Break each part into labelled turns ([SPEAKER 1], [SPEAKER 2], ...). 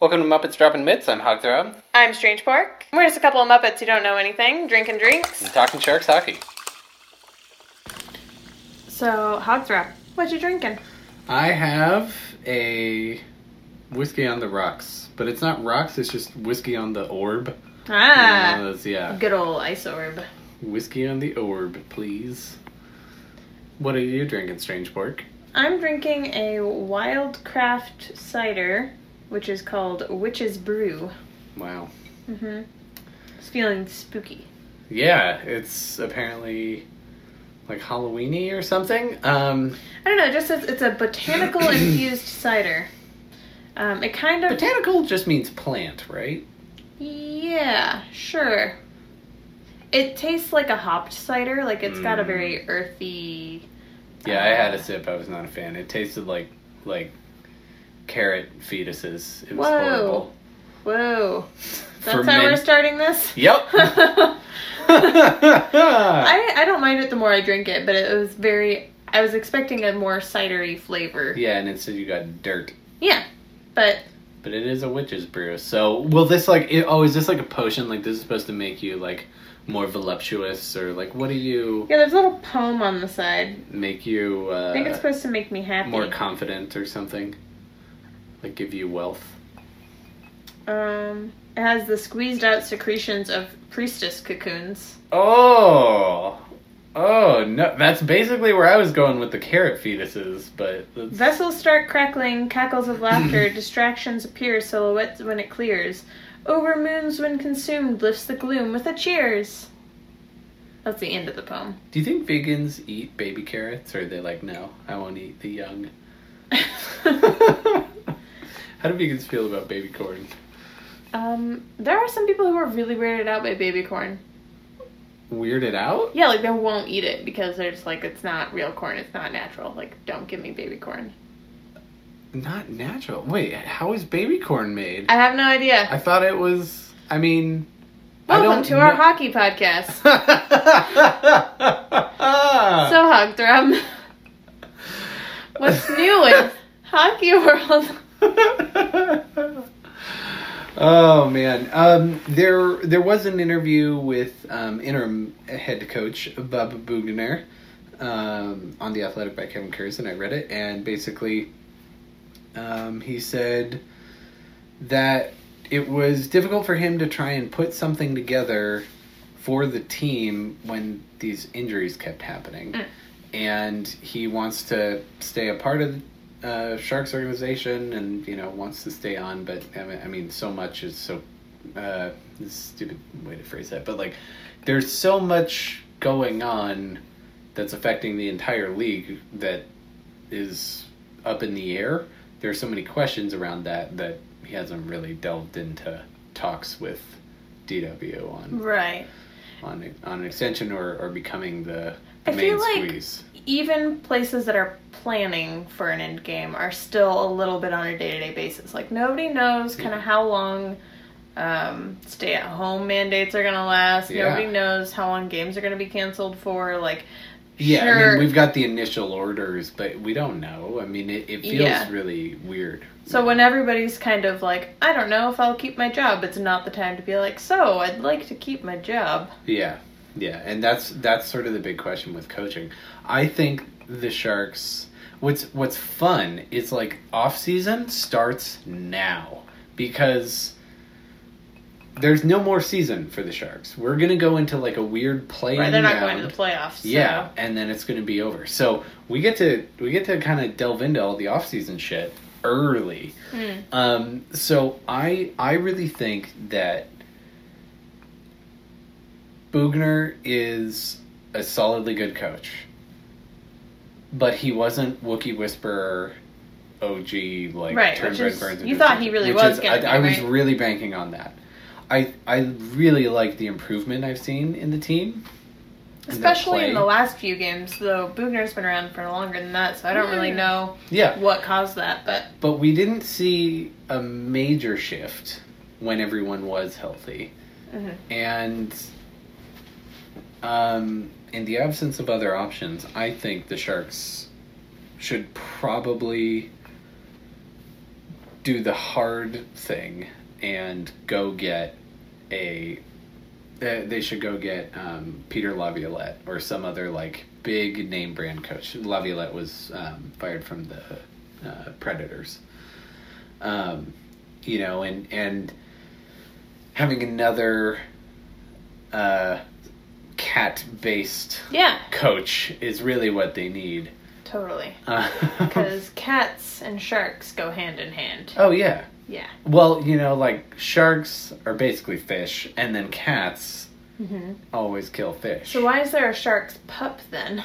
[SPEAKER 1] Welcome to Muppets Dropping Mitts. I'm Hog the Rob.
[SPEAKER 2] I'm Strange Pork. We're just a couple of Muppets who don't know anything, drinking drinks.
[SPEAKER 1] and Talking Sharks Hockey.
[SPEAKER 2] So, Hogthrob, what you drinking?
[SPEAKER 1] I have a whiskey on the rocks, but it's not rocks, it's just whiskey on the orb.
[SPEAKER 2] Ah,
[SPEAKER 1] You know, that's- yeah.
[SPEAKER 2] good old ice orb.
[SPEAKER 1] Whiskey on the orb, please. What are you drinking, Strange Pork?
[SPEAKER 2] I'm drinking a Wildcraft cider, which is called Witch's Brew.
[SPEAKER 1] Wow.
[SPEAKER 2] Mm-hmm. It's feeling spooky.
[SPEAKER 1] Yeah, it's apparently like Halloweeny or something. Um,
[SPEAKER 2] I don't know. It just says it's a botanical infused cider. Um, it kind of
[SPEAKER 1] botanical just means plant, right?
[SPEAKER 2] Yeah, sure. It tastes like a hopped cider. Like it's got a
[SPEAKER 1] Mm.
[SPEAKER 2] very earthy.
[SPEAKER 1] Yeah, I
[SPEAKER 2] Ah.
[SPEAKER 1] had a sip. I was not a fan. It tasted like like carrot fetuses. It was
[SPEAKER 2] Whoa.
[SPEAKER 1] horrible.
[SPEAKER 2] Whoa, that's how
[SPEAKER 1] Ferment-
[SPEAKER 2] we're starting this.
[SPEAKER 1] Yep.
[SPEAKER 2] I I don't mind it the more I drink it, but it was very. I was expecting a more cidery flavor. Yeah,
[SPEAKER 1] yeah, and instead you got dirt.
[SPEAKER 2] but
[SPEAKER 1] But it is a witch's brew. So will this like? It, oh, is this like a potion? Like this is supposed to make you like more voluptuous or like what do you
[SPEAKER 2] yeah, there's a little poem on the side.
[SPEAKER 1] make you uh,
[SPEAKER 2] I think it's supposed to make me happy.
[SPEAKER 1] more confident or something? Like give you wealth.
[SPEAKER 2] um, it has the squeezed out secretions of priestess cocoons.
[SPEAKER 1] Oh. Oh no! That's basically where I was going with the carrot fetuses, but that's,
[SPEAKER 2] Vessels start crackling, cackles of laughter, distractions appear, silhouettes when it clears. Over moons when consumed lifts the gloom with a cheers. That's the end of the poem.
[SPEAKER 1] Do you think vegans eat baby carrots, or are they like, no, I won't eat the young? How do vegans feel about baby corn?
[SPEAKER 2] um, there are some people who are really weirded out by baby corn.
[SPEAKER 1] Weirded out?
[SPEAKER 2] Yeah, like they won't eat it because they're just like, it's not real corn, it's not natural. Like, don't give me baby corn.
[SPEAKER 1] Not natural. Wait, how is baby corn made?
[SPEAKER 2] I have no idea.
[SPEAKER 1] I thought it was. I mean, I
[SPEAKER 2] Welcome
[SPEAKER 1] don't
[SPEAKER 2] to our
[SPEAKER 1] kno-
[SPEAKER 2] hockey podcast.
[SPEAKER 1] so
[SPEAKER 2] So, Hogthrum, what's new in hockey world?
[SPEAKER 1] oh man, um, there there was an interview with um, interim head coach Bob Bugner um, on the Athletic by Kevin Kurz, and I read it, and basically um, he said that it was difficult for him to try and put something together for the team when these injuries kept happening.
[SPEAKER 2] Mm.
[SPEAKER 1] And he wants to stay a part of uh, Sharks organization, and you know wants to stay on. But I mean, I mean so much is so uh, this is a stupid way to phrase that. But like, there's so much going on that's affecting the entire league that is up in the air. There are so many questions around that that he hasn't really delved into talks with DW on
[SPEAKER 2] Right.
[SPEAKER 1] on e, on an extension or, or becoming the, the
[SPEAKER 2] I
[SPEAKER 1] main
[SPEAKER 2] feel like-
[SPEAKER 1] squeeze.
[SPEAKER 2] even places that are planning for an end game are still a little bit on a day-to-day basis like nobody knows kind of how long um, stay-at-home mandates are going to last
[SPEAKER 1] Yeah.
[SPEAKER 2] nobody knows how long games are going to be canceled for like
[SPEAKER 1] Yeah, I
[SPEAKER 2] sure.
[SPEAKER 1] mean we've got the initial orders, but we don't know. I mean it, it feels
[SPEAKER 2] Yeah.
[SPEAKER 1] really weird.
[SPEAKER 2] so when everybody's kind of like i don't know if i'll keep my job it's not the time to be like so i'd like to keep my job
[SPEAKER 1] Yeah, yeah, and that's that's sort of the big question with coaching. I think the Sharks. What's what's fun is like off season starts now because there's no more season for the Sharks. We're gonna go into like a weird play.
[SPEAKER 2] right they're not going to the playoffs so.
[SPEAKER 1] Yeah, and then it's going to be over. So we get to we get to kind of delve into all the off season shit early.
[SPEAKER 2] Mm.
[SPEAKER 1] Um, so I I really think that Bugner is a solidly good coach, but he wasn't Wookie Whisperer. OG like
[SPEAKER 2] Right,
[SPEAKER 1] turn
[SPEAKER 2] which
[SPEAKER 1] red
[SPEAKER 2] is-
[SPEAKER 1] burns
[SPEAKER 2] you
[SPEAKER 1] into
[SPEAKER 2] thought
[SPEAKER 1] a-
[SPEAKER 2] he really
[SPEAKER 1] which
[SPEAKER 2] was
[SPEAKER 1] is-
[SPEAKER 2] gonna
[SPEAKER 1] I,
[SPEAKER 2] be,
[SPEAKER 1] I was
[SPEAKER 2] right?
[SPEAKER 1] really banking on that. I I really like the improvement I've seen in the team. and their
[SPEAKER 2] especially
[SPEAKER 1] play.
[SPEAKER 2] in the last few games though bugner's been around for longer than that so i don't really
[SPEAKER 1] Yeah.
[SPEAKER 2] know
[SPEAKER 1] yeah
[SPEAKER 2] what caused that but
[SPEAKER 1] But we didn't see a major shift when everyone was healthy.
[SPEAKER 2] Mhm.
[SPEAKER 1] And um, in the absence of other options, I think the Sharks should probably do the hard thing and go get a. They they should go get um, Peter Laviolette or some other like big name brand coach. Laviolette was um, fired from the uh, Predators. Um, you know, and and having another uh, cat based
[SPEAKER 2] Yeah,
[SPEAKER 1] coach is really what they need.
[SPEAKER 2] totally.
[SPEAKER 1] Uh,
[SPEAKER 2] Because cats and sharks go hand in hand.
[SPEAKER 1] oh yeah.
[SPEAKER 2] Yeah.
[SPEAKER 1] Well, you know, like sharks are basically fish, and then cats Mm-hmm.
[SPEAKER 2] hmm
[SPEAKER 1] always kill fish.
[SPEAKER 2] So why is there a shark's pup then?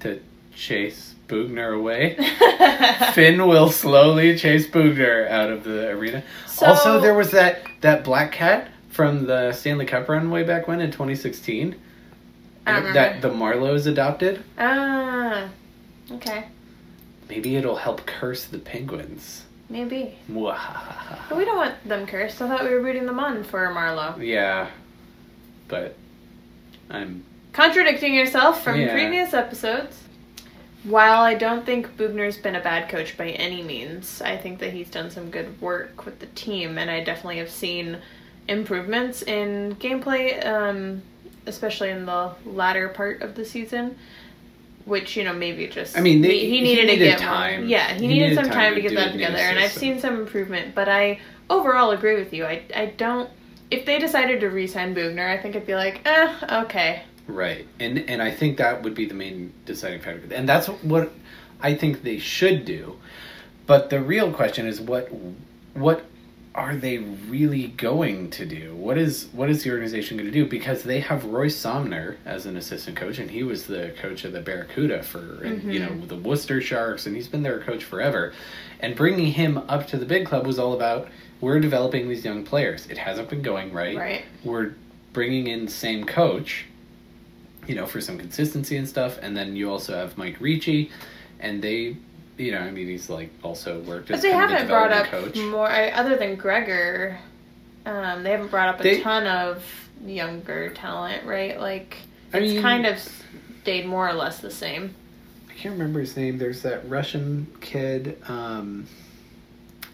[SPEAKER 1] to chase Bugner away? Finn will slowly chase Bugner out of the arena.
[SPEAKER 2] So-
[SPEAKER 1] also, there was that that black cat from the Stanley Cup run way back when in 2016
[SPEAKER 2] I don't
[SPEAKER 1] that
[SPEAKER 2] remember.
[SPEAKER 1] the Marlows adopted.
[SPEAKER 2] Ah, okay,
[SPEAKER 1] Maybe it'll help curse the penguins.
[SPEAKER 2] maybe.
[SPEAKER 1] Mwahaha.
[SPEAKER 2] But we don't want them cursed. I thought we were rooting them on for Marlowe.
[SPEAKER 1] Yeah, but I'm
[SPEAKER 2] Contradicting yourself from
[SPEAKER 1] Yeah.
[SPEAKER 2] previous episodes. While I don't think Bugner's been a bad coach by any means, I think that he's done some good work with the team, and I definitely have seen improvements in gameplay, um, especially in the latter part of the season. Which you know maybe just
[SPEAKER 1] I mean, they-
[SPEAKER 2] he,
[SPEAKER 1] he
[SPEAKER 2] needed, to
[SPEAKER 1] needed
[SPEAKER 2] get
[SPEAKER 1] time.
[SPEAKER 2] Yeah, he, needed, some time to get
[SPEAKER 1] do
[SPEAKER 2] that
[SPEAKER 1] the new
[SPEAKER 2] together, and I've
[SPEAKER 1] system.
[SPEAKER 2] seen some improvement. But I overall agree with you. I I don't. If they decided to re-sign Bugner, I think I'd be like, eh, okay,
[SPEAKER 1] Right, and and I think that would be the main deciding factor, and that's what I think they should do. But the real question is what what are they really going to do? What is what is the organization going to do? Because they have Roy Somner as an assistant coach, and he was the coach of the Barracuda for and, you know the Worcester Sharks, and he's been their coach forever. And bringing him up to the big club was all about we're developing these young players. It hasn't been going right
[SPEAKER 2] right.
[SPEAKER 1] we're bringing in the same coach, you know, for some consistency and stuff. And then you also have Mike Ricci, and they, you know, I mean, he's like also worked
[SPEAKER 2] But
[SPEAKER 1] as
[SPEAKER 2] they
[SPEAKER 1] kind of
[SPEAKER 2] haven't brought up
[SPEAKER 1] development coach.
[SPEAKER 2] more I, other than Gregor. Um, they haven't brought up a
[SPEAKER 1] They-
[SPEAKER 2] ton of younger talent, right? Like
[SPEAKER 1] I
[SPEAKER 2] it's
[SPEAKER 1] mean-
[SPEAKER 2] kind of stayed more or less the same.
[SPEAKER 1] I can't remember his name. There's that Russian kid, um,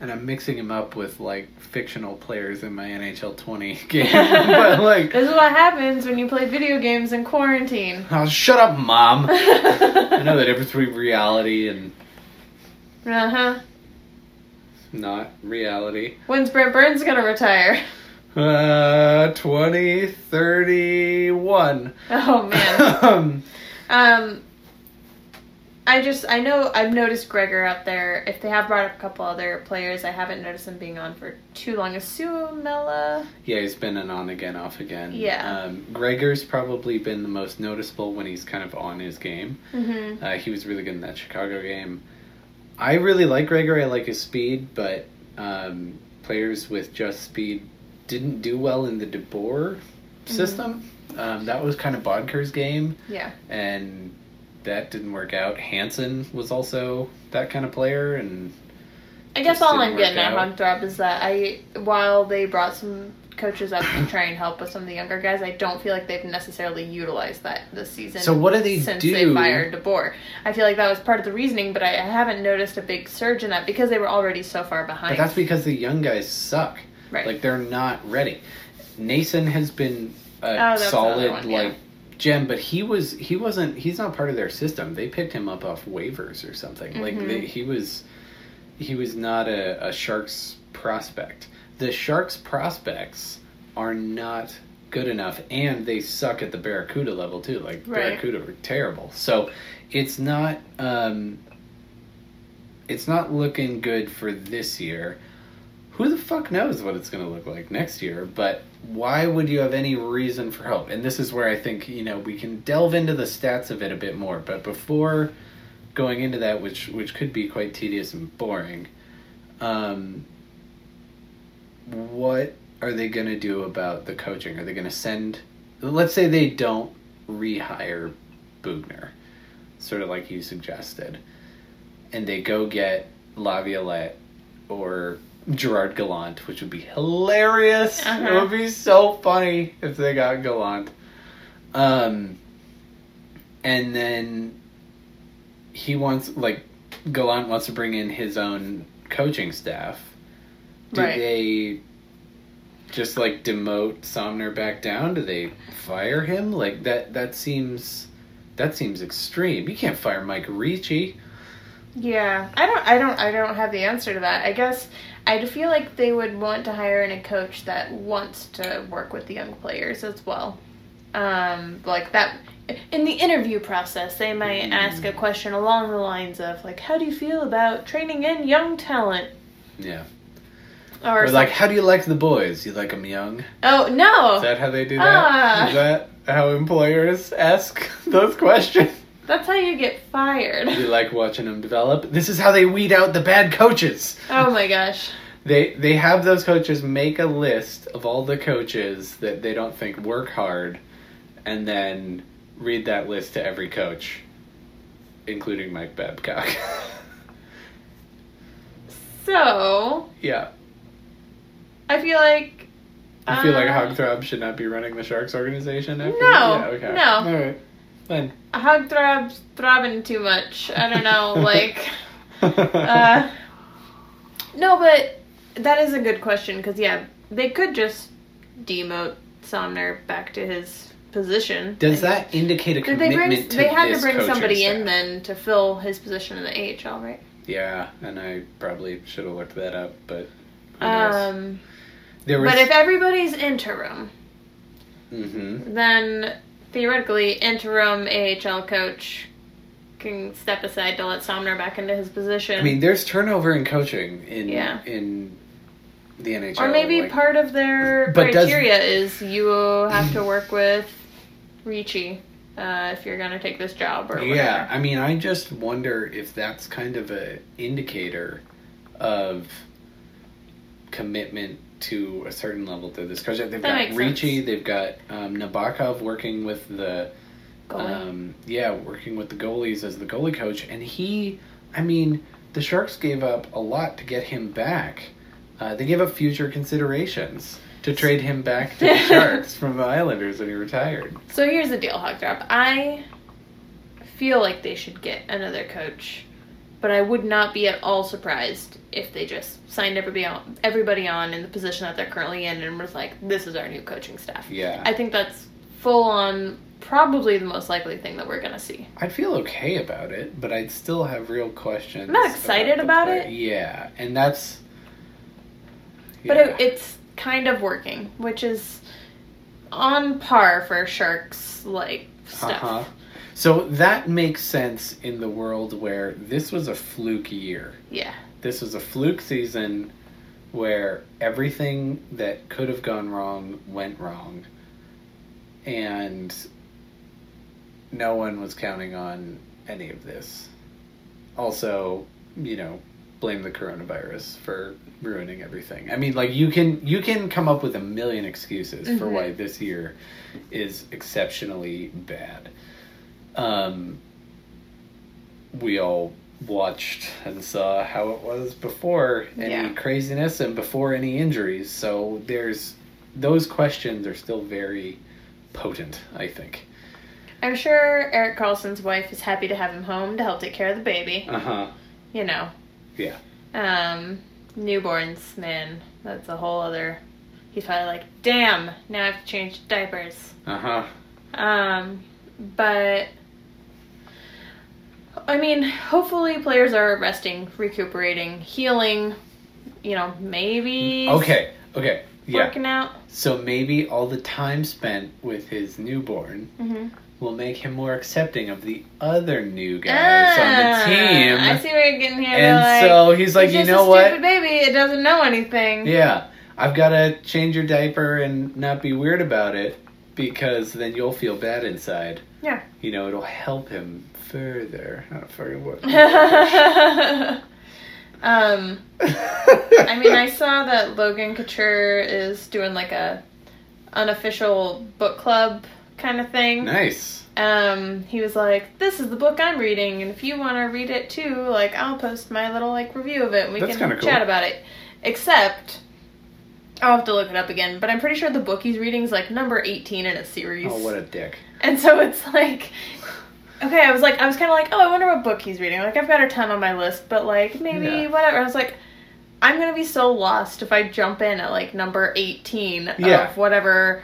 [SPEAKER 1] and I'm mixing him up with like fictional players in my NHL 20 game, but like.
[SPEAKER 2] this is what happens when you play video games in quarantine.
[SPEAKER 1] Oh, shut up, mom. I
[SPEAKER 2] I
[SPEAKER 1] know the difference between reality and
[SPEAKER 2] Uh huh.
[SPEAKER 1] not reality.
[SPEAKER 2] When's Brent Burns gonna retire?
[SPEAKER 1] Uh, 2031.
[SPEAKER 2] Oh man.
[SPEAKER 1] um,
[SPEAKER 2] um, I just I know I've noticed Gregor out there. If they have brought up a couple other players, I haven't noticed them being on for too long. Asumela.
[SPEAKER 1] yeah, he's been an on again, off again.
[SPEAKER 2] Yeah.
[SPEAKER 1] Um, Gregor's probably been the most noticeable when he's kind of on his game.
[SPEAKER 2] Mm-hmm.
[SPEAKER 1] Uh, he was really good in that Chicago game. I really like Gregor. I like his speed, but um, players with just speed didn't do well in the DeBoer
[SPEAKER 2] Mm-hmm.
[SPEAKER 1] system. Um, that was kind of Bodker's game,
[SPEAKER 2] Yeah.
[SPEAKER 1] and that didn't work out. Hansen was also that kind of player, and
[SPEAKER 2] I guess
[SPEAKER 1] Just
[SPEAKER 2] all
[SPEAKER 1] didn't
[SPEAKER 2] I'm getting
[SPEAKER 1] work
[SPEAKER 2] at
[SPEAKER 1] out.
[SPEAKER 2] on Throb is that I, while they brought some coaches up to try and help with some of the younger guys, I don't feel like they've necessarily utilized that this season.
[SPEAKER 1] So what do they
[SPEAKER 2] since
[SPEAKER 1] do-
[SPEAKER 2] they fired DeBoer? I feel like that was part of the reasoning, but I, I haven't noticed a big surge in that because they were already so far
[SPEAKER 1] but
[SPEAKER 2] behind.
[SPEAKER 1] that's because the young guys suck.
[SPEAKER 2] right.
[SPEAKER 1] Like they're not ready. Nason has been a
[SPEAKER 2] Oh, that's another
[SPEAKER 1] solid
[SPEAKER 2] one, yeah.
[SPEAKER 1] like gem, but he was he wasn't he's not part of their system. They picked him up off waivers or something. Like
[SPEAKER 2] Mhm.
[SPEAKER 1] they, he was he was not a, a Sharks prospect. The Sharks prospects are not good enough, and they suck at the Barracuda level too. Like
[SPEAKER 2] Right.
[SPEAKER 1] Barracuda were terrible. So it's not um, it's not looking good for this year. Who the fuck knows what it's going to look like next year? But why would you have any reason for hope? And this is where I think you know we can delve into the stats of it a bit more. But before going into that, which which could be quite tedious and boring, um, what are they going to do about the coaching? Are they going to send? Let's say they don't rehire Bugner, sort of like you suggested, and they go get Laviolette or Gerard Gallant, which would be hilarious. It
[SPEAKER 2] Uh-huh.
[SPEAKER 1] would be so funny if they got Gallant. Um, and then he wants like Gallant wants to bring in his own coaching staff, do
[SPEAKER 2] Right.
[SPEAKER 1] they just like demote Somner back down? Do they fire him? Like that that seems that seems extreme. You can't fire Mike Ricci.
[SPEAKER 2] Yeah, I don't, I don't, I don't have the answer to that. I guess I feel like they would want to hire in a coach that wants to work with the young players as well. Um, like that in the interview process, they might
[SPEAKER 1] Mm.
[SPEAKER 2] ask a question along the lines of like, "How do you feel about training in young talent?"
[SPEAKER 1] Yeah.
[SPEAKER 2] Or,
[SPEAKER 1] Or like,
[SPEAKER 2] something-
[SPEAKER 1] how do you like the boys? You like them young?
[SPEAKER 2] "Oh
[SPEAKER 1] Is
[SPEAKER 2] no,
[SPEAKER 1] that how they do that?
[SPEAKER 2] Ah.
[SPEAKER 1] Is that how employers ask those questions?
[SPEAKER 2] that's how you get fired."
[SPEAKER 1] You like watching them develop? This is how they weed out the bad coaches.
[SPEAKER 2] oh my gosh.
[SPEAKER 1] They they have those coaches make a list of all the coaches that they don't think work hard, and then read that list to every coach, including Mike Babcock.
[SPEAKER 2] So
[SPEAKER 1] yeah,
[SPEAKER 2] I feel like
[SPEAKER 1] I feel like
[SPEAKER 2] uh,
[SPEAKER 1] Hogthrob should not be running the Sharks organization. After
[SPEAKER 2] No,
[SPEAKER 1] that? yeah, okay,
[SPEAKER 2] no.
[SPEAKER 1] all right, then.
[SPEAKER 2] hog throbs throbbing too much. I don't know, like. Uh, no, but that is a good question because yeah, they could just demote Somner back to his position.
[SPEAKER 1] Does that indicate a
[SPEAKER 2] Did
[SPEAKER 1] commitment
[SPEAKER 2] they bring?
[SPEAKER 1] to
[SPEAKER 2] They had to
[SPEAKER 1] this
[SPEAKER 2] bring
[SPEAKER 1] coaching
[SPEAKER 2] somebody
[SPEAKER 1] staff?
[SPEAKER 2] in then to fill his position in the AHL, right?
[SPEAKER 1] Yeah, and I probably should have looked that up, but who knows?
[SPEAKER 2] Um,
[SPEAKER 1] there was.
[SPEAKER 2] but if everybody's interim,
[SPEAKER 1] Mhm.
[SPEAKER 2] then theoretically interim AHL coach can step aside to let Somner back into his position.
[SPEAKER 1] I mean, there's turnover in coaching in
[SPEAKER 2] Yeah.
[SPEAKER 1] in the NHL,
[SPEAKER 2] Or maybe
[SPEAKER 1] like-
[SPEAKER 2] part of their
[SPEAKER 1] But does-
[SPEAKER 2] criteria is you have to work with Ricci uh, if you're going to take this job or whatever.
[SPEAKER 1] Yeah, uh, I mean, I just wonder if that's kind of a indicator of commitment to a certain level to this coach. They've
[SPEAKER 2] That
[SPEAKER 1] got
[SPEAKER 2] makes
[SPEAKER 1] Ricci,
[SPEAKER 2] sense.
[SPEAKER 1] they've got um, Nabokov working with the
[SPEAKER 2] Goalie.
[SPEAKER 1] Um, yeah, working with the goalies as the goalie coach, and he, I mean, the Sharks gave up a lot to get him back. Uh, they gave up future considerations to trade him back to the Sharks from the Islanders when he retired.
[SPEAKER 2] so here's the deal, Hogdrop. I feel like they should get another coach, but I would not be at all surprised if they just signed everybody on, everybody on in the position that they're currently in and was like, this is our new coaching staff.
[SPEAKER 1] Yeah,
[SPEAKER 2] I think that's full on probably the most likely thing that we're going to see.
[SPEAKER 1] I'd feel okay about it, but I'd still have real questions.
[SPEAKER 2] I'm not excited
[SPEAKER 1] the
[SPEAKER 2] about
[SPEAKER 1] player.
[SPEAKER 2] it.
[SPEAKER 1] Yeah, and that's.
[SPEAKER 2] But
[SPEAKER 1] Yeah.
[SPEAKER 2] it, it's kind of working, which is on par for sharks like stuff.
[SPEAKER 1] Uh-huh. So that makes sense in the world where this was a fluke year.
[SPEAKER 2] Yeah.
[SPEAKER 1] This was a fluke season where everything that could have gone wrong went wrong. And no one was counting on any of this. Also, you know, blame the coronavirus for ruining everything. I mean, like you can you can come up with a million excuses for
[SPEAKER 2] Mhm.
[SPEAKER 1] why this year is exceptionally bad. Um we all watched and saw how it was before any
[SPEAKER 2] Yeah.
[SPEAKER 1] craziness and before any injuries. So there's those questions are still very potent, I think.
[SPEAKER 2] I'm sure Eric Carlson's wife is happy to have him home to help take care of the baby.
[SPEAKER 1] Uh-huh.
[SPEAKER 2] You know.
[SPEAKER 1] Yeah.
[SPEAKER 2] Um, newborns, man, that's a whole other. He's probably like, damn, now I have to change diapers.
[SPEAKER 1] Uh-huh.
[SPEAKER 2] Um, but I mean, hopefully players are resting, recuperating, healing. You know, maybe
[SPEAKER 1] Mm, Okay. Okay. Yeah.
[SPEAKER 2] working out.
[SPEAKER 1] So maybe all the time spent with his newborn
[SPEAKER 2] Mm-hmm.
[SPEAKER 1] will make him more accepting of the other new guys on the team.
[SPEAKER 2] Ah, I see where you're getting here.
[SPEAKER 1] and
[SPEAKER 2] like,
[SPEAKER 1] so he's like,
[SPEAKER 2] "It's
[SPEAKER 1] you
[SPEAKER 2] just
[SPEAKER 1] know
[SPEAKER 2] a
[SPEAKER 1] what?
[SPEAKER 2] stupid baby, it doesn't know anything.
[SPEAKER 1] Yeah, I've got to change your diaper and not be weird about it because then you'll feel bad inside.
[SPEAKER 2] Yeah.
[SPEAKER 1] You know, it'll help him further. I don't fucking what.
[SPEAKER 2] um. I
[SPEAKER 1] I
[SPEAKER 2] mean, I saw that Logan Couture is doing like a unofficial book club kind of thing.
[SPEAKER 1] Nice.
[SPEAKER 2] Um, he was like, "This is the book I'm reading, and if you want to read it too, like I'll post my little like review of it. and We
[SPEAKER 1] That's
[SPEAKER 2] can
[SPEAKER 1] kinda cool.
[SPEAKER 2] chat about it." Except, I'll have to look it up again. But I'm pretty sure the book he's reading is like number 18 in a series.
[SPEAKER 1] Oh, what a dick.
[SPEAKER 2] And so it's like, okay, I was like, I was kind of like, oh, I wonder what book he's reading. Like, I've got a ton on my list, but like, maybe
[SPEAKER 1] Yeah.
[SPEAKER 2] whatever. I was like, I'm gonna be so lost if I jump in at like number 18
[SPEAKER 1] Yeah.
[SPEAKER 2] of whatever.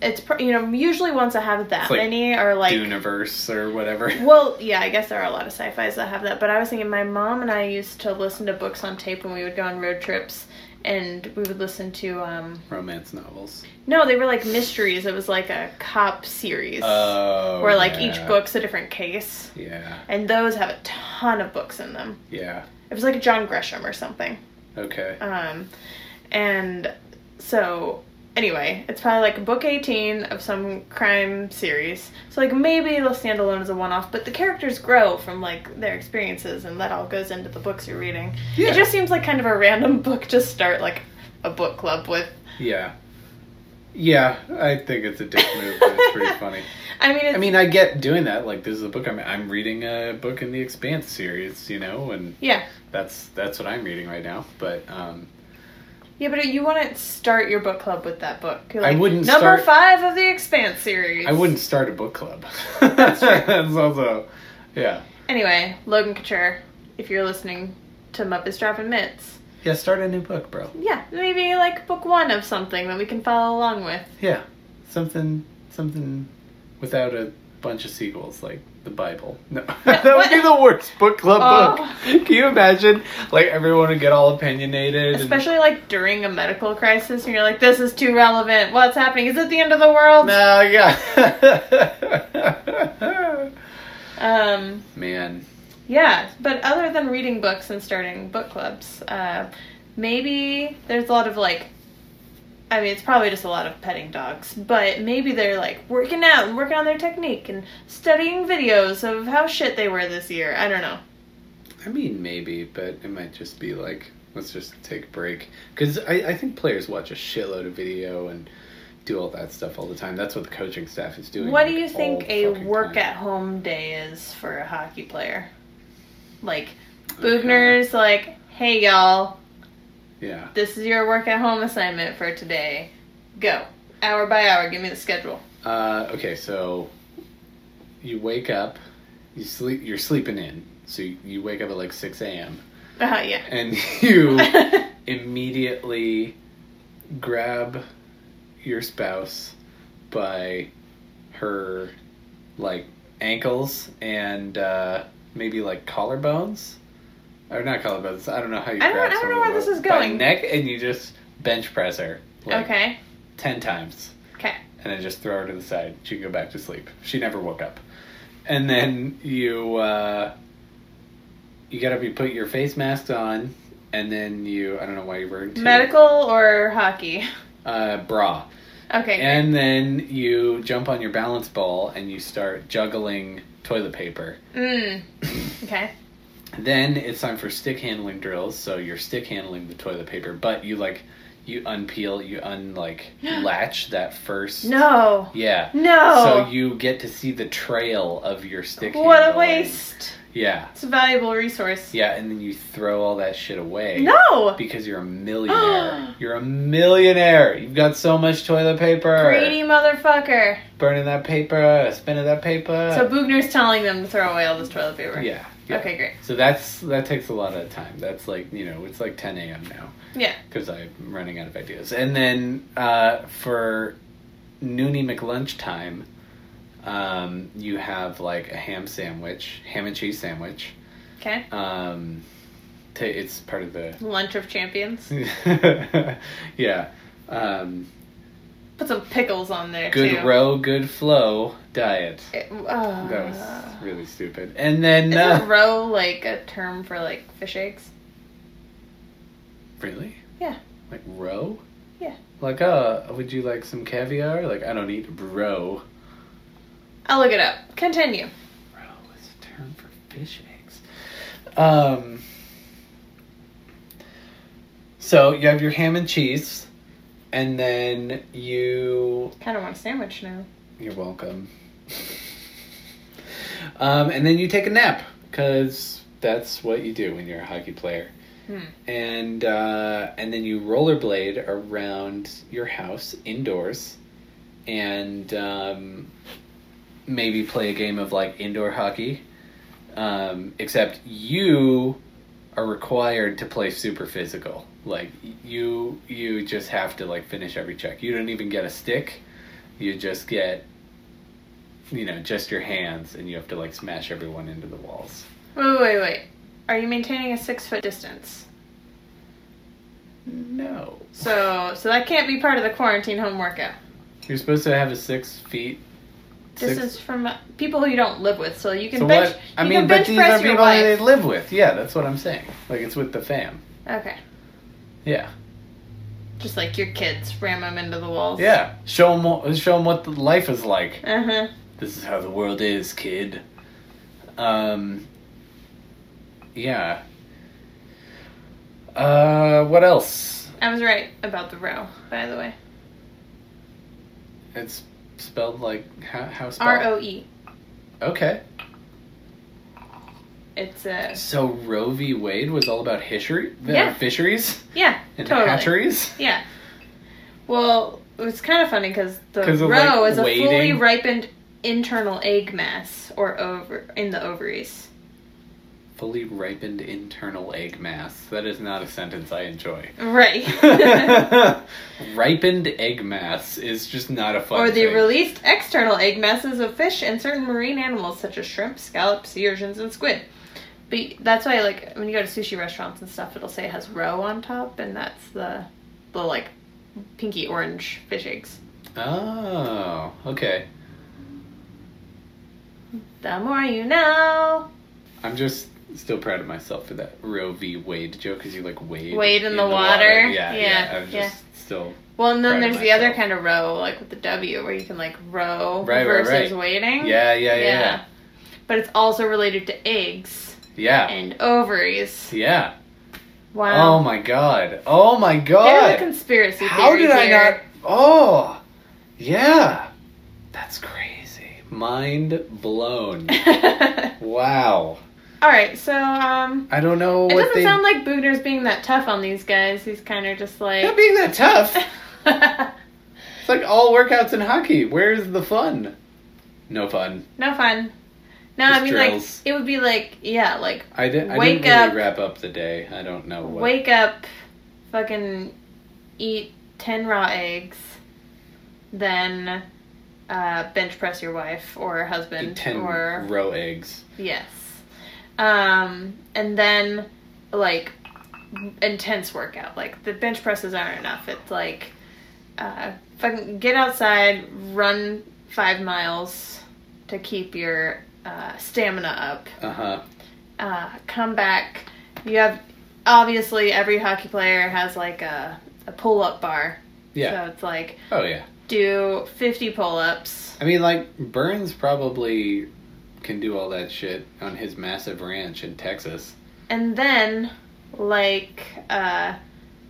[SPEAKER 2] It's pr- you know usually once I have that
[SPEAKER 1] It's like
[SPEAKER 2] many or like
[SPEAKER 1] Duneverse or whatever.
[SPEAKER 2] well, yeah, I guess there are a lot of sci-fis that have that, but I was thinking my mom and I used to listen to books on tape when we would go on road trips and we would listen to um
[SPEAKER 1] Romance novels.
[SPEAKER 2] no, they were like mysteries. It was like a cop series
[SPEAKER 1] Oh.
[SPEAKER 2] where like
[SPEAKER 1] yeah.
[SPEAKER 2] each book's a different case.
[SPEAKER 1] Yeah,
[SPEAKER 2] And those have a ton of books in them.
[SPEAKER 1] yeah.
[SPEAKER 2] It was like a John Gresham or something.
[SPEAKER 1] Okay.
[SPEAKER 2] Um and so anyway, it's probably like book 18 of some crime series. So like maybe it'll stand alone as a one-off, but the characters grow from like their experiences and that all goes into the books you're reading.
[SPEAKER 1] Yeah.
[SPEAKER 2] It just seems like kind of a random book to start like a book club with.
[SPEAKER 1] yeah. Yeah, I think it's a dick move, but it's pretty funny.
[SPEAKER 2] I mean, it's,
[SPEAKER 1] I mean, I get doing that. Like, this is a book I'm I'm reading a book in the Expanse series, you know, and
[SPEAKER 2] yeah.
[SPEAKER 1] that's that's what I'm reading right now. But um,
[SPEAKER 2] Yeah, but you wouldn't start your book club with that book. You're
[SPEAKER 1] I
[SPEAKER 2] like,
[SPEAKER 1] wouldn't
[SPEAKER 2] Number
[SPEAKER 1] start-
[SPEAKER 2] 5 of the Expanse series.
[SPEAKER 1] I wouldn't start a book club. that's
[SPEAKER 2] true.
[SPEAKER 1] also, yeah,
[SPEAKER 2] Anyway, Logan Couture, if you're listening to Muppets Dropping Mitts,
[SPEAKER 1] yeah. Start a new book, bro.
[SPEAKER 2] yeah, maybe like book one of something that we can follow along with.
[SPEAKER 1] Yeah, something something without a bunch of sequels like the Bible. No, that would be the worst book club
[SPEAKER 2] Oh.
[SPEAKER 1] book. Can you imagine? Like everyone would get all opinionated.
[SPEAKER 2] Especially like during a medical crisis, and you're like, this is too relevant. What's happening? Is it the end of the world?
[SPEAKER 1] And, no, yeah.
[SPEAKER 2] Um,
[SPEAKER 1] Man,
[SPEAKER 2] yeah, but other than reading books and starting book clubs, uh, maybe there's a lot of like, I mean, it's probably just a lot of petting dogs, but maybe they're like working out and working on their technique and studying videos of how shit they were this year. I don't know.
[SPEAKER 1] I mean maybe, but it might just be like let's just take a break because I, I think players watch a shitload of video and do all that stuff all the time. That's what the coaching staff is doing.
[SPEAKER 2] What do
[SPEAKER 1] like,
[SPEAKER 2] you think
[SPEAKER 1] all
[SPEAKER 2] a
[SPEAKER 1] fucking
[SPEAKER 2] work
[SPEAKER 1] time.
[SPEAKER 2] at home day is for a hockey player? Like
[SPEAKER 1] Okay.
[SPEAKER 2] Bugner's like, "Hey y'all,
[SPEAKER 1] Yeah.
[SPEAKER 2] this is your work at home assignment for today. Go. Hour by hour, give me the schedule."
[SPEAKER 1] Uh, okay, so you wake up, you sleep, you're sleeping in, so you, you wake up at like six a.m.
[SPEAKER 2] Uh, yeah.
[SPEAKER 1] and you immediately grab your spouse by her like ankles and uh, maybe like collarbones, or not collarbones. I don't know how you.
[SPEAKER 2] I don't-
[SPEAKER 1] grab
[SPEAKER 2] I don't know
[SPEAKER 1] someone
[SPEAKER 2] where this
[SPEAKER 1] by-
[SPEAKER 2] is
[SPEAKER 1] by
[SPEAKER 2] going.
[SPEAKER 1] Neck, and you just bench press her. Like,
[SPEAKER 2] okay.
[SPEAKER 1] Ten times
[SPEAKER 2] Okay.
[SPEAKER 1] and then just throw her to the side. She'd go back to sleep. She never woke up. And then you uh, you get up, you put your face mask on, and then you I don't know why you're wearing two.
[SPEAKER 2] Medical or hockey?
[SPEAKER 1] uh, bra.
[SPEAKER 2] Okay.
[SPEAKER 1] And then you jump on your balance ball and you start juggling toilet paper.
[SPEAKER 2] Mm. Okay.
[SPEAKER 1] Then it's time for stick handling drills. So you're stick handling the toilet paper, but you like you unpeel, you un like latch that first.
[SPEAKER 2] No.
[SPEAKER 1] Yeah.
[SPEAKER 2] No.
[SPEAKER 1] So you get to see the trail of your stick.
[SPEAKER 2] Oh. what a
[SPEAKER 1] handling.
[SPEAKER 2] waste.
[SPEAKER 1] Yeah,
[SPEAKER 2] It's a valuable resource.
[SPEAKER 1] yeah, and then you throw all that shit away.
[SPEAKER 2] No.
[SPEAKER 1] Because you're a millionaire. you're a millionaire. You've got so much toilet paper.
[SPEAKER 2] Greedy motherfucker.
[SPEAKER 1] Burning that paper, spinning that paper.
[SPEAKER 2] So Bugner's telling them to throw away all this toilet paper.
[SPEAKER 1] yeah, yeah.
[SPEAKER 2] Okay, great.
[SPEAKER 1] So that's that takes a lot of time. That's like you know it's like 10 a.m. now
[SPEAKER 2] Yeah.
[SPEAKER 1] because I'm running out of ideas. And then uh, for noonie McLunch time, um, you have like a ham sandwich, ham and cheese sandwich.
[SPEAKER 2] Okay.
[SPEAKER 1] Um, ta it's part of the
[SPEAKER 2] Lunch of champions.
[SPEAKER 1] yeah. Um,
[SPEAKER 2] Put some pickles on there
[SPEAKER 1] good
[SPEAKER 2] too.
[SPEAKER 1] row, good flow diet.
[SPEAKER 2] It- uh,
[SPEAKER 1] That was really stupid. And then
[SPEAKER 2] Is
[SPEAKER 1] uh,
[SPEAKER 2] row like a term for like fish eggs?
[SPEAKER 1] really,
[SPEAKER 2] Yeah.
[SPEAKER 1] like row.
[SPEAKER 2] Yeah.
[SPEAKER 1] Like, uh, would you like some caviar? Like, I don't eat row.
[SPEAKER 2] I'll look it up. Continue.
[SPEAKER 1] Row is a term for fish eggs. Um. So you have your ham and cheese, and then you
[SPEAKER 2] Kind of want a sandwich now.
[SPEAKER 1] You're welcome. um, and then you take a nap because that's what you do when you're a hockey player.
[SPEAKER 2] Hmm.
[SPEAKER 1] And uh, and then you rollerblade around your house indoors, and um, maybe play a game of like indoor hockey. Um, except you are required to play super physical. Like you you just have to like finish every check. You don't even get a stick. You just get you know, just your hands and you have to like smash everyone into the walls.
[SPEAKER 2] Wait, wait, wait. Are you maintaining a six foot distance?
[SPEAKER 1] No.
[SPEAKER 2] So, so that can't be part of the quarantine home workout.
[SPEAKER 1] You're supposed to have a six feet
[SPEAKER 2] This
[SPEAKER 1] Six-
[SPEAKER 2] is from uh, people who you don't live with, so you can
[SPEAKER 1] so
[SPEAKER 2] bench.
[SPEAKER 1] what I
[SPEAKER 2] you
[SPEAKER 1] mean,
[SPEAKER 2] can
[SPEAKER 1] but
[SPEAKER 2] bench
[SPEAKER 1] these are
[SPEAKER 2] press your
[SPEAKER 1] people that they
[SPEAKER 2] wife.
[SPEAKER 1] live with. Yeah, that's what I'm saying. Like it's with the fam.
[SPEAKER 2] Okay,
[SPEAKER 1] Yeah,
[SPEAKER 2] just like your kids, ram them into the walls.
[SPEAKER 1] yeah. Show them, show them what the life is like.
[SPEAKER 2] Uh huh.
[SPEAKER 1] This is how the world is, kid. Um. Yeah. Uh, what else?
[SPEAKER 2] I was right about the row, by the way.
[SPEAKER 1] It's spelled like how how spelled?
[SPEAKER 2] R O E.
[SPEAKER 1] Okay.
[SPEAKER 2] It's a
[SPEAKER 1] So Roe v. Wade was all about fishery,
[SPEAKER 2] Yeah.
[SPEAKER 1] fisheries
[SPEAKER 2] yeah,
[SPEAKER 1] and
[SPEAKER 2] totally.
[SPEAKER 1] hatcheries.
[SPEAKER 2] Yeah. Well, it's kind of funny because the
[SPEAKER 1] 'Cause
[SPEAKER 2] roe
[SPEAKER 1] of, like,
[SPEAKER 2] is a fully
[SPEAKER 1] waiting.
[SPEAKER 2] ripened internal egg mass or over in the ovaries.
[SPEAKER 1] Fully ripened internal egg mass. That is not a sentence I enjoy.
[SPEAKER 2] Right.
[SPEAKER 1] ripened egg mass is just not a fun.
[SPEAKER 2] or the
[SPEAKER 1] thing.
[SPEAKER 2] released external egg masses of fish and certain marine animals such as shrimp, scallops, sea urchins, and squid. But that's why, like, when you go to sushi restaurants and stuff, it'll say it has roe on top, and that's the the like pinky orange fish eggs.
[SPEAKER 1] Oh, okay.
[SPEAKER 2] The more you know.
[SPEAKER 1] I'm just still proud of myself for that Roe v. Wade joke because you like wade.
[SPEAKER 2] Wade in the water.
[SPEAKER 1] Yeah, yeah.
[SPEAKER 2] Yeah,
[SPEAKER 1] I'm just
[SPEAKER 2] yeah.
[SPEAKER 1] still
[SPEAKER 2] Well, and then
[SPEAKER 1] Proud of
[SPEAKER 2] there's the other
[SPEAKER 1] myself.
[SPEAKER 2] kind of row, like with the W, where you can like row
[SPEAKER 1] Right, right,
[SPEAKER 2] versus
[SPEAKER 1] right.
[SPEAKER 2] waiting.
[SPEAKER 1] yeah, yeah, yeah, yeah,
[SPEAKER 2] But it's also related to eggs
[SPEAKER 1] yeah,
[SPEAKER 2] and ovaries.
[SPEAKER 1] yeah.
[SPEAKER 2] Wow.
[SPEAKER 1] Oh my god! Oh my god!
[SPEAKER 2] There's a conspiracy
[SPEAKER 1] How
[SPEAKER 2] theory
[SPEAKER 1] did I not?
[SPEAKER 2] here.
[SPEAKER 1] Oh, yeah. That's crazy. Mind blown. wow.
[SPEAKER 2] All right, so um,
[SPEAKER 1] I don't know
[SPEAKER 2] it
[SPEAKER 1] what
[SPEAKER 2] doesn't
[SPEAKER 1] they.
[SPEAKER 2] sound like Bugner's being that tough on these guys. He's kind of just
[SPEAKER 1] not
[SPEAKER 2] like.
[SPEAKER 1] being that tough. It's like all workouts in hockey. Where's the fun? No fun.
[SPEAKER 2] No fun. No, I
[SPEAKER 1] Just
[SPEAKER 2] mean
[SPEAKER 1] drills.
[SPEAKER 2] like it would be like yeah, like
[SPEAKER 1] I, did, I
[SPEAKER 2] Wake
[SPEAKER 1] didn't really
[SPEAKER 2] up.
[SPEAKER 1] wrap up the day. I don't know what.
[SPEAKER 2] wake up, fucking eat 10 raw eggs, then uh, bench press your wife or husband
[SPEAKER 1] Ten
[SPEAKER 2] or
[SPEAKER 1] row eggs.
[SPEAKER 2] yes. Um, and then like intense workout. Like the bench presses aren't enough. It's like uh, fucking get outside, run 5 miles to keep your uh, stamina up
[SPEAKER 1] Uh huh.
[SPEAKER 2] uh, come back. You have obviously every hockey player has like a, a pull up bar.
[SPEAKER 1] Yeah.
[SPEAKER 2] So it's like
[SPEAKER 1] Oh yeah.
[SPEAKER 2] do 50 pull ups.
[SPEAKER 1] I mean, like Burns probably can do all that shit on his massive ranch in Texas.
[SPEAKER 2] And then, like uh,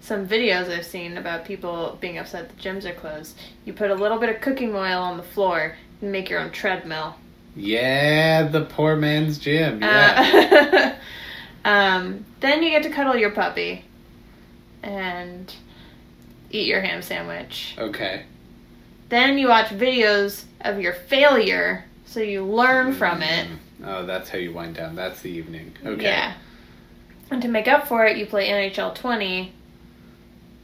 [SPEAKER 2] some videos I've seen about people being upset the gyms are closed, you put a little bit of cooking oil on the floor and make your own treadmill.
[SPEAKER 1] Yeah, the poor man's gym. Yeah.
[SPEAKER 2] Uh, um, then you get to cuddle your puppy and eat your ham sandwich.
[SPEAKER 1] okay.
[SPEAKER 2] Then you watch videos of your failure so you learn
[SPEAKER 1] Mm-hmm.
[SPEAKER 2] from it.
[SPEAKER 1] Oh, that's how you wind down. That's the evening. Okay.
[SPEAKER 2] Yeah. And to make up for it, you play NHL 20.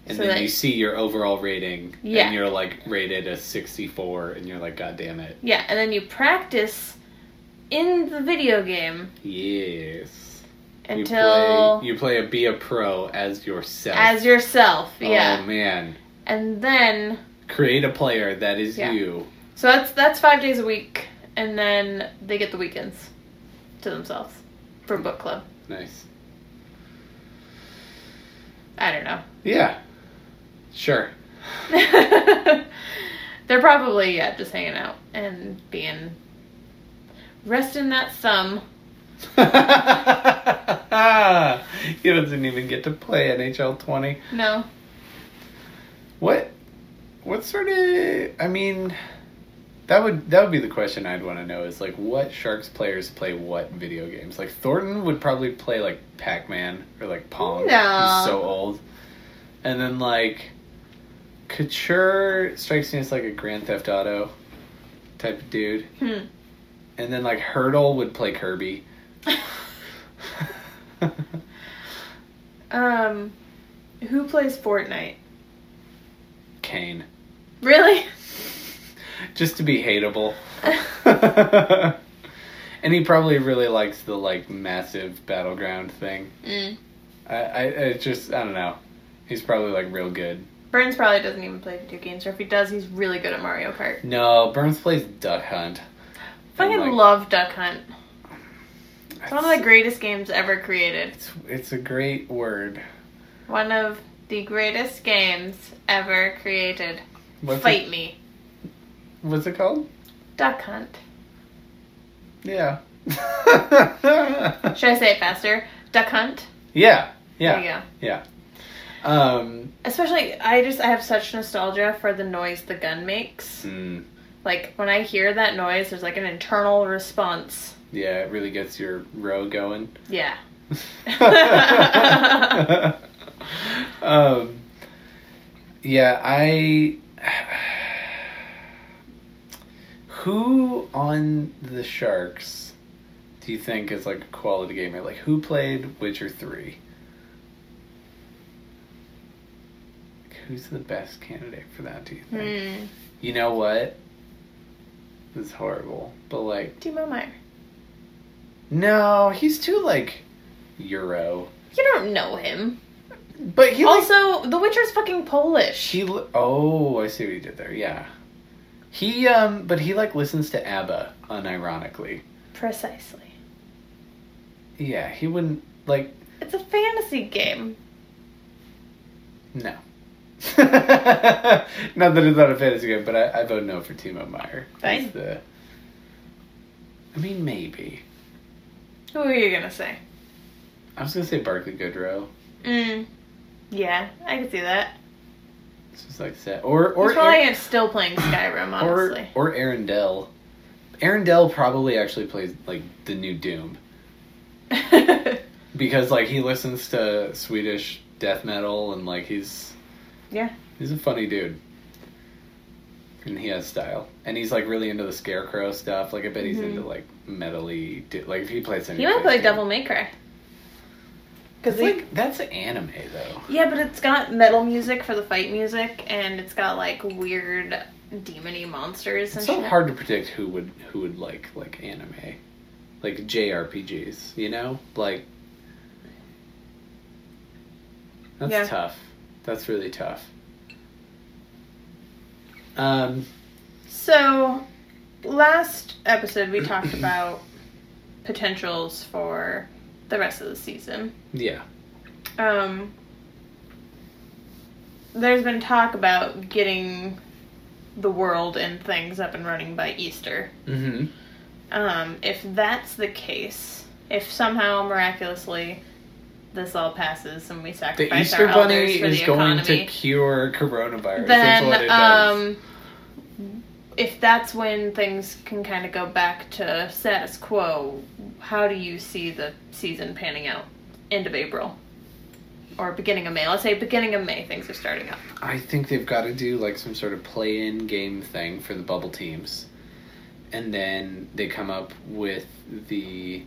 [SPEAKER 1] And
[SPEAKER 2] So
[SPEAKER 1] then
[SPEAKER 2] that-
[SPEAKER 1] you see your overall rating,
[SPEAKER 2] Yeah.
[SPEAKER 1] and you're like rated a 64, and you're like, God damn it.
[SPEAKER 2] Yeah, and then you practice in the video game
[SPEAKER 1] Yes.
[SPEAKER 2] until
[SPEAKER 1] You play, you play a Be a Pro as yourself.
[SPEAKER 2] as yourself. Yeah.
[SPEAKER 1] Oh, man.
[SPEAKER 2] And then
[SPEAKER 1] Create a player that is
[SPEAKER 2] Yeah.
[SPEAKER 1] you.
[SPEAKER 2] so that's that's 5 days a week and then they get the weekends to themselves for book club.
[SPEAKER 1] Nice.
[SPEAKER 2] I don't know.
[SPEAKER 1] Yeah. Sure.
[SPEAKER 2] They're probably yeah, just hanging out and being resting that thumb.
[SPEAKER 1] he doesn't even get to play NHL 20.
[SPEAKER 2] No,
[SPEAKER 1] What what sort of I mean that would that would be the question I'd want to know is like what Sharks players play what video games? Like Thornton would probably play like Pac-Man or like Pong.
[SPEAKER 2] No.
[SPEAKER 1] He's so old. And then like Couture strikes me as like a Grand Theft Auto type of dude.
[SPEAKER 2] Hmm.
[SPEAKER 1] And then like Hurdle would play Kirby.
[SPEAKER 2] Um, who plays Fortnite?
[SPEAKER 1] Kane.
[SPEAKER 2] Really?
[SPEAKER 1] Just to be hateable. and he probably really likes the like massive battleground thing.
[SPEAKER 2] Mm.
[SPEAKER 1] I, I, I just I don't know. He's probably like real good.
[SPEAKER 2] Burns probably doesn't even play video games, or if he does, he's really good at Mario Kart.
[SPEAKER 1] No, Burns plays Duck Hunt. Oh
[SPEAKER 2] Fucking
[SPEAKER 1] like-
[SPEAKER 2] love Duck Hunt. It's one of the
[SPEAKER 1] It's,
[SPEAKER 2] greatest games ever created.
[SPEAKER 1] it's it's a great word.
[SPEAKER 2] One of the greatest games ever created.
[SPEAKER 1] What's
[SPEAKER 2] Fight
[SPEAKER 1] It,
[SPEAKER 2] me.
[SPEAKER 1] what's it called?
[SPEAKER 2] Duck Hunt.
[SPEAKER 1] Yeah.
[SPEAKER 2] Should I say it faster? Duck Hunt.
[SPEAKER 1] yeah.
[SPEAKER 2] There
[SPEAKER 1] Yeah.
[SPEAKER 2] you go.
[SPEAKER 1] Yeah. Um.
[SPEAKER 2] Especially, I just I have such nostalgia for the noise the gun makes.
[SPEAKER 1] mm,
[SPEAKER 2] Like when I hear that noise, there's like an internal response.
[SPEAKER 1] yeah, it really gets your row going.
[SPEAKER 2] Yeah.
[SPEAKER 1] um, yeah, I. Who on the Sharks do you think is like a quality gamer? Like, who played Witcher 3? Like, Who's the best candidate for that, do you think?
[SPEAKER 2] Hmm.
[SPEAKER 1] You know what? This is horrible. But, like,
[SPEAKER 2] Timo Meyer.
[SPEAKER 1] no, he's too, like, Euro.
[SPEAKER 2] You don't know him.
[SPEAKER 1] But he likes
[SPEAKER 2] also, The Witcher's fucking Polish.
[SPEAKER 1] She li- oh, I see what he did there. Yeah, he um, but he like listens to ABBA unironically.
[SPEAKER 2] Precisely.
[SPEAKER 1] Yeah, he wouldn't like
[SPEAKER 2] It's a fantasy game.
[SPEAKER 1] no. not that it's not a fantasy game, but I, I vote no for Timo Meyer.
[SPEAKER 2] Fine.
[SPEAKER 1] He's the- I mean, maybe
[SPEAKER 2] Who are you gonna say?
[SPEAKER 1] I was gonna say Barkley Goodrow. Hmm.
[SPEAKER 2] Mm. Yeah, I could see that.
[SPEAKER 1] This is like set or
[SPEAKER 2] Or
[SPEAKER 1] or
[SPEAKER 2] He's probably
[SPEAKER 1] Aaron-
[SPEAKER 2] still playing Skyrim, honestly.
[SPEAKER 1] or or Arendelle. Arendelle probably actually plays like the new Doom. because like he listens to Swedish death metal and like he's
[SPEAKER 2] Yeah.
[SPEAKER 1] he's a funny dude and he has style and he's like really into the scarecrow stuff like I bet he's
[SPEAKER 2] Mhm.
[SPEAKER 1] into like metally di- like if he plays any
[SPEAKER 2] he might play
[SPEAKER 1] PlayStation-
[SPEAKER 2] Devil May Cry. Cause
[SPEAKER 1] That's
[SPEAKER 2] he-
[SPEAKER 1] like that's an anime though
[SPEAKER 2] yeah, but it's got metal music for the fight music, and it's got like weird demony monsters and
[SPEAKER 1] it's so
[SPEAKER 2] shit.
[SPEAKER 1] hard to predict who would who would like like anime like JRPGs you know like that's
[SPEAKER 2] Yeah.
[SPEAKER 1] tough that's really tough um
[SPEAKER 2] So, last episode we talked about potentials for the rest of the season.
[SPEAKER 1] yeah
[SPEAKER 2] Um, there's been talk about getting the world and things up and running by Easter.
[SPEAKER 1] Mm-hmm.
[SPEAKER 2] Um, if that's the case, if somehow miraculously this all passes and we
[SPEAKER 1] The
[SPEAKER 2] sacrifice
[SPEAKER 1] Easter
[SPEAKER 2] our
[SPEAKER 1] Bunny
[SPEAKER 2] elders for
[SPEAKER 1] is
[SPEAKER 2] the
[SPEAKER 1] going
[SPEAKER 2] economy,
[SPEAKER 1] to cure coronavirus. That's what it
[SPEAKER 2] then
[SPEAKER 1] does.
[SPEAKER 2] um, if that's when things can kind of go back to status quo, how do you see the season panning out? End of April or beginning of May? Let's say beginning of May things are starting up.
[SPEAKER 1] I think they've got to do like some sort of play-in game thing for the bubble teams, and then they come up with the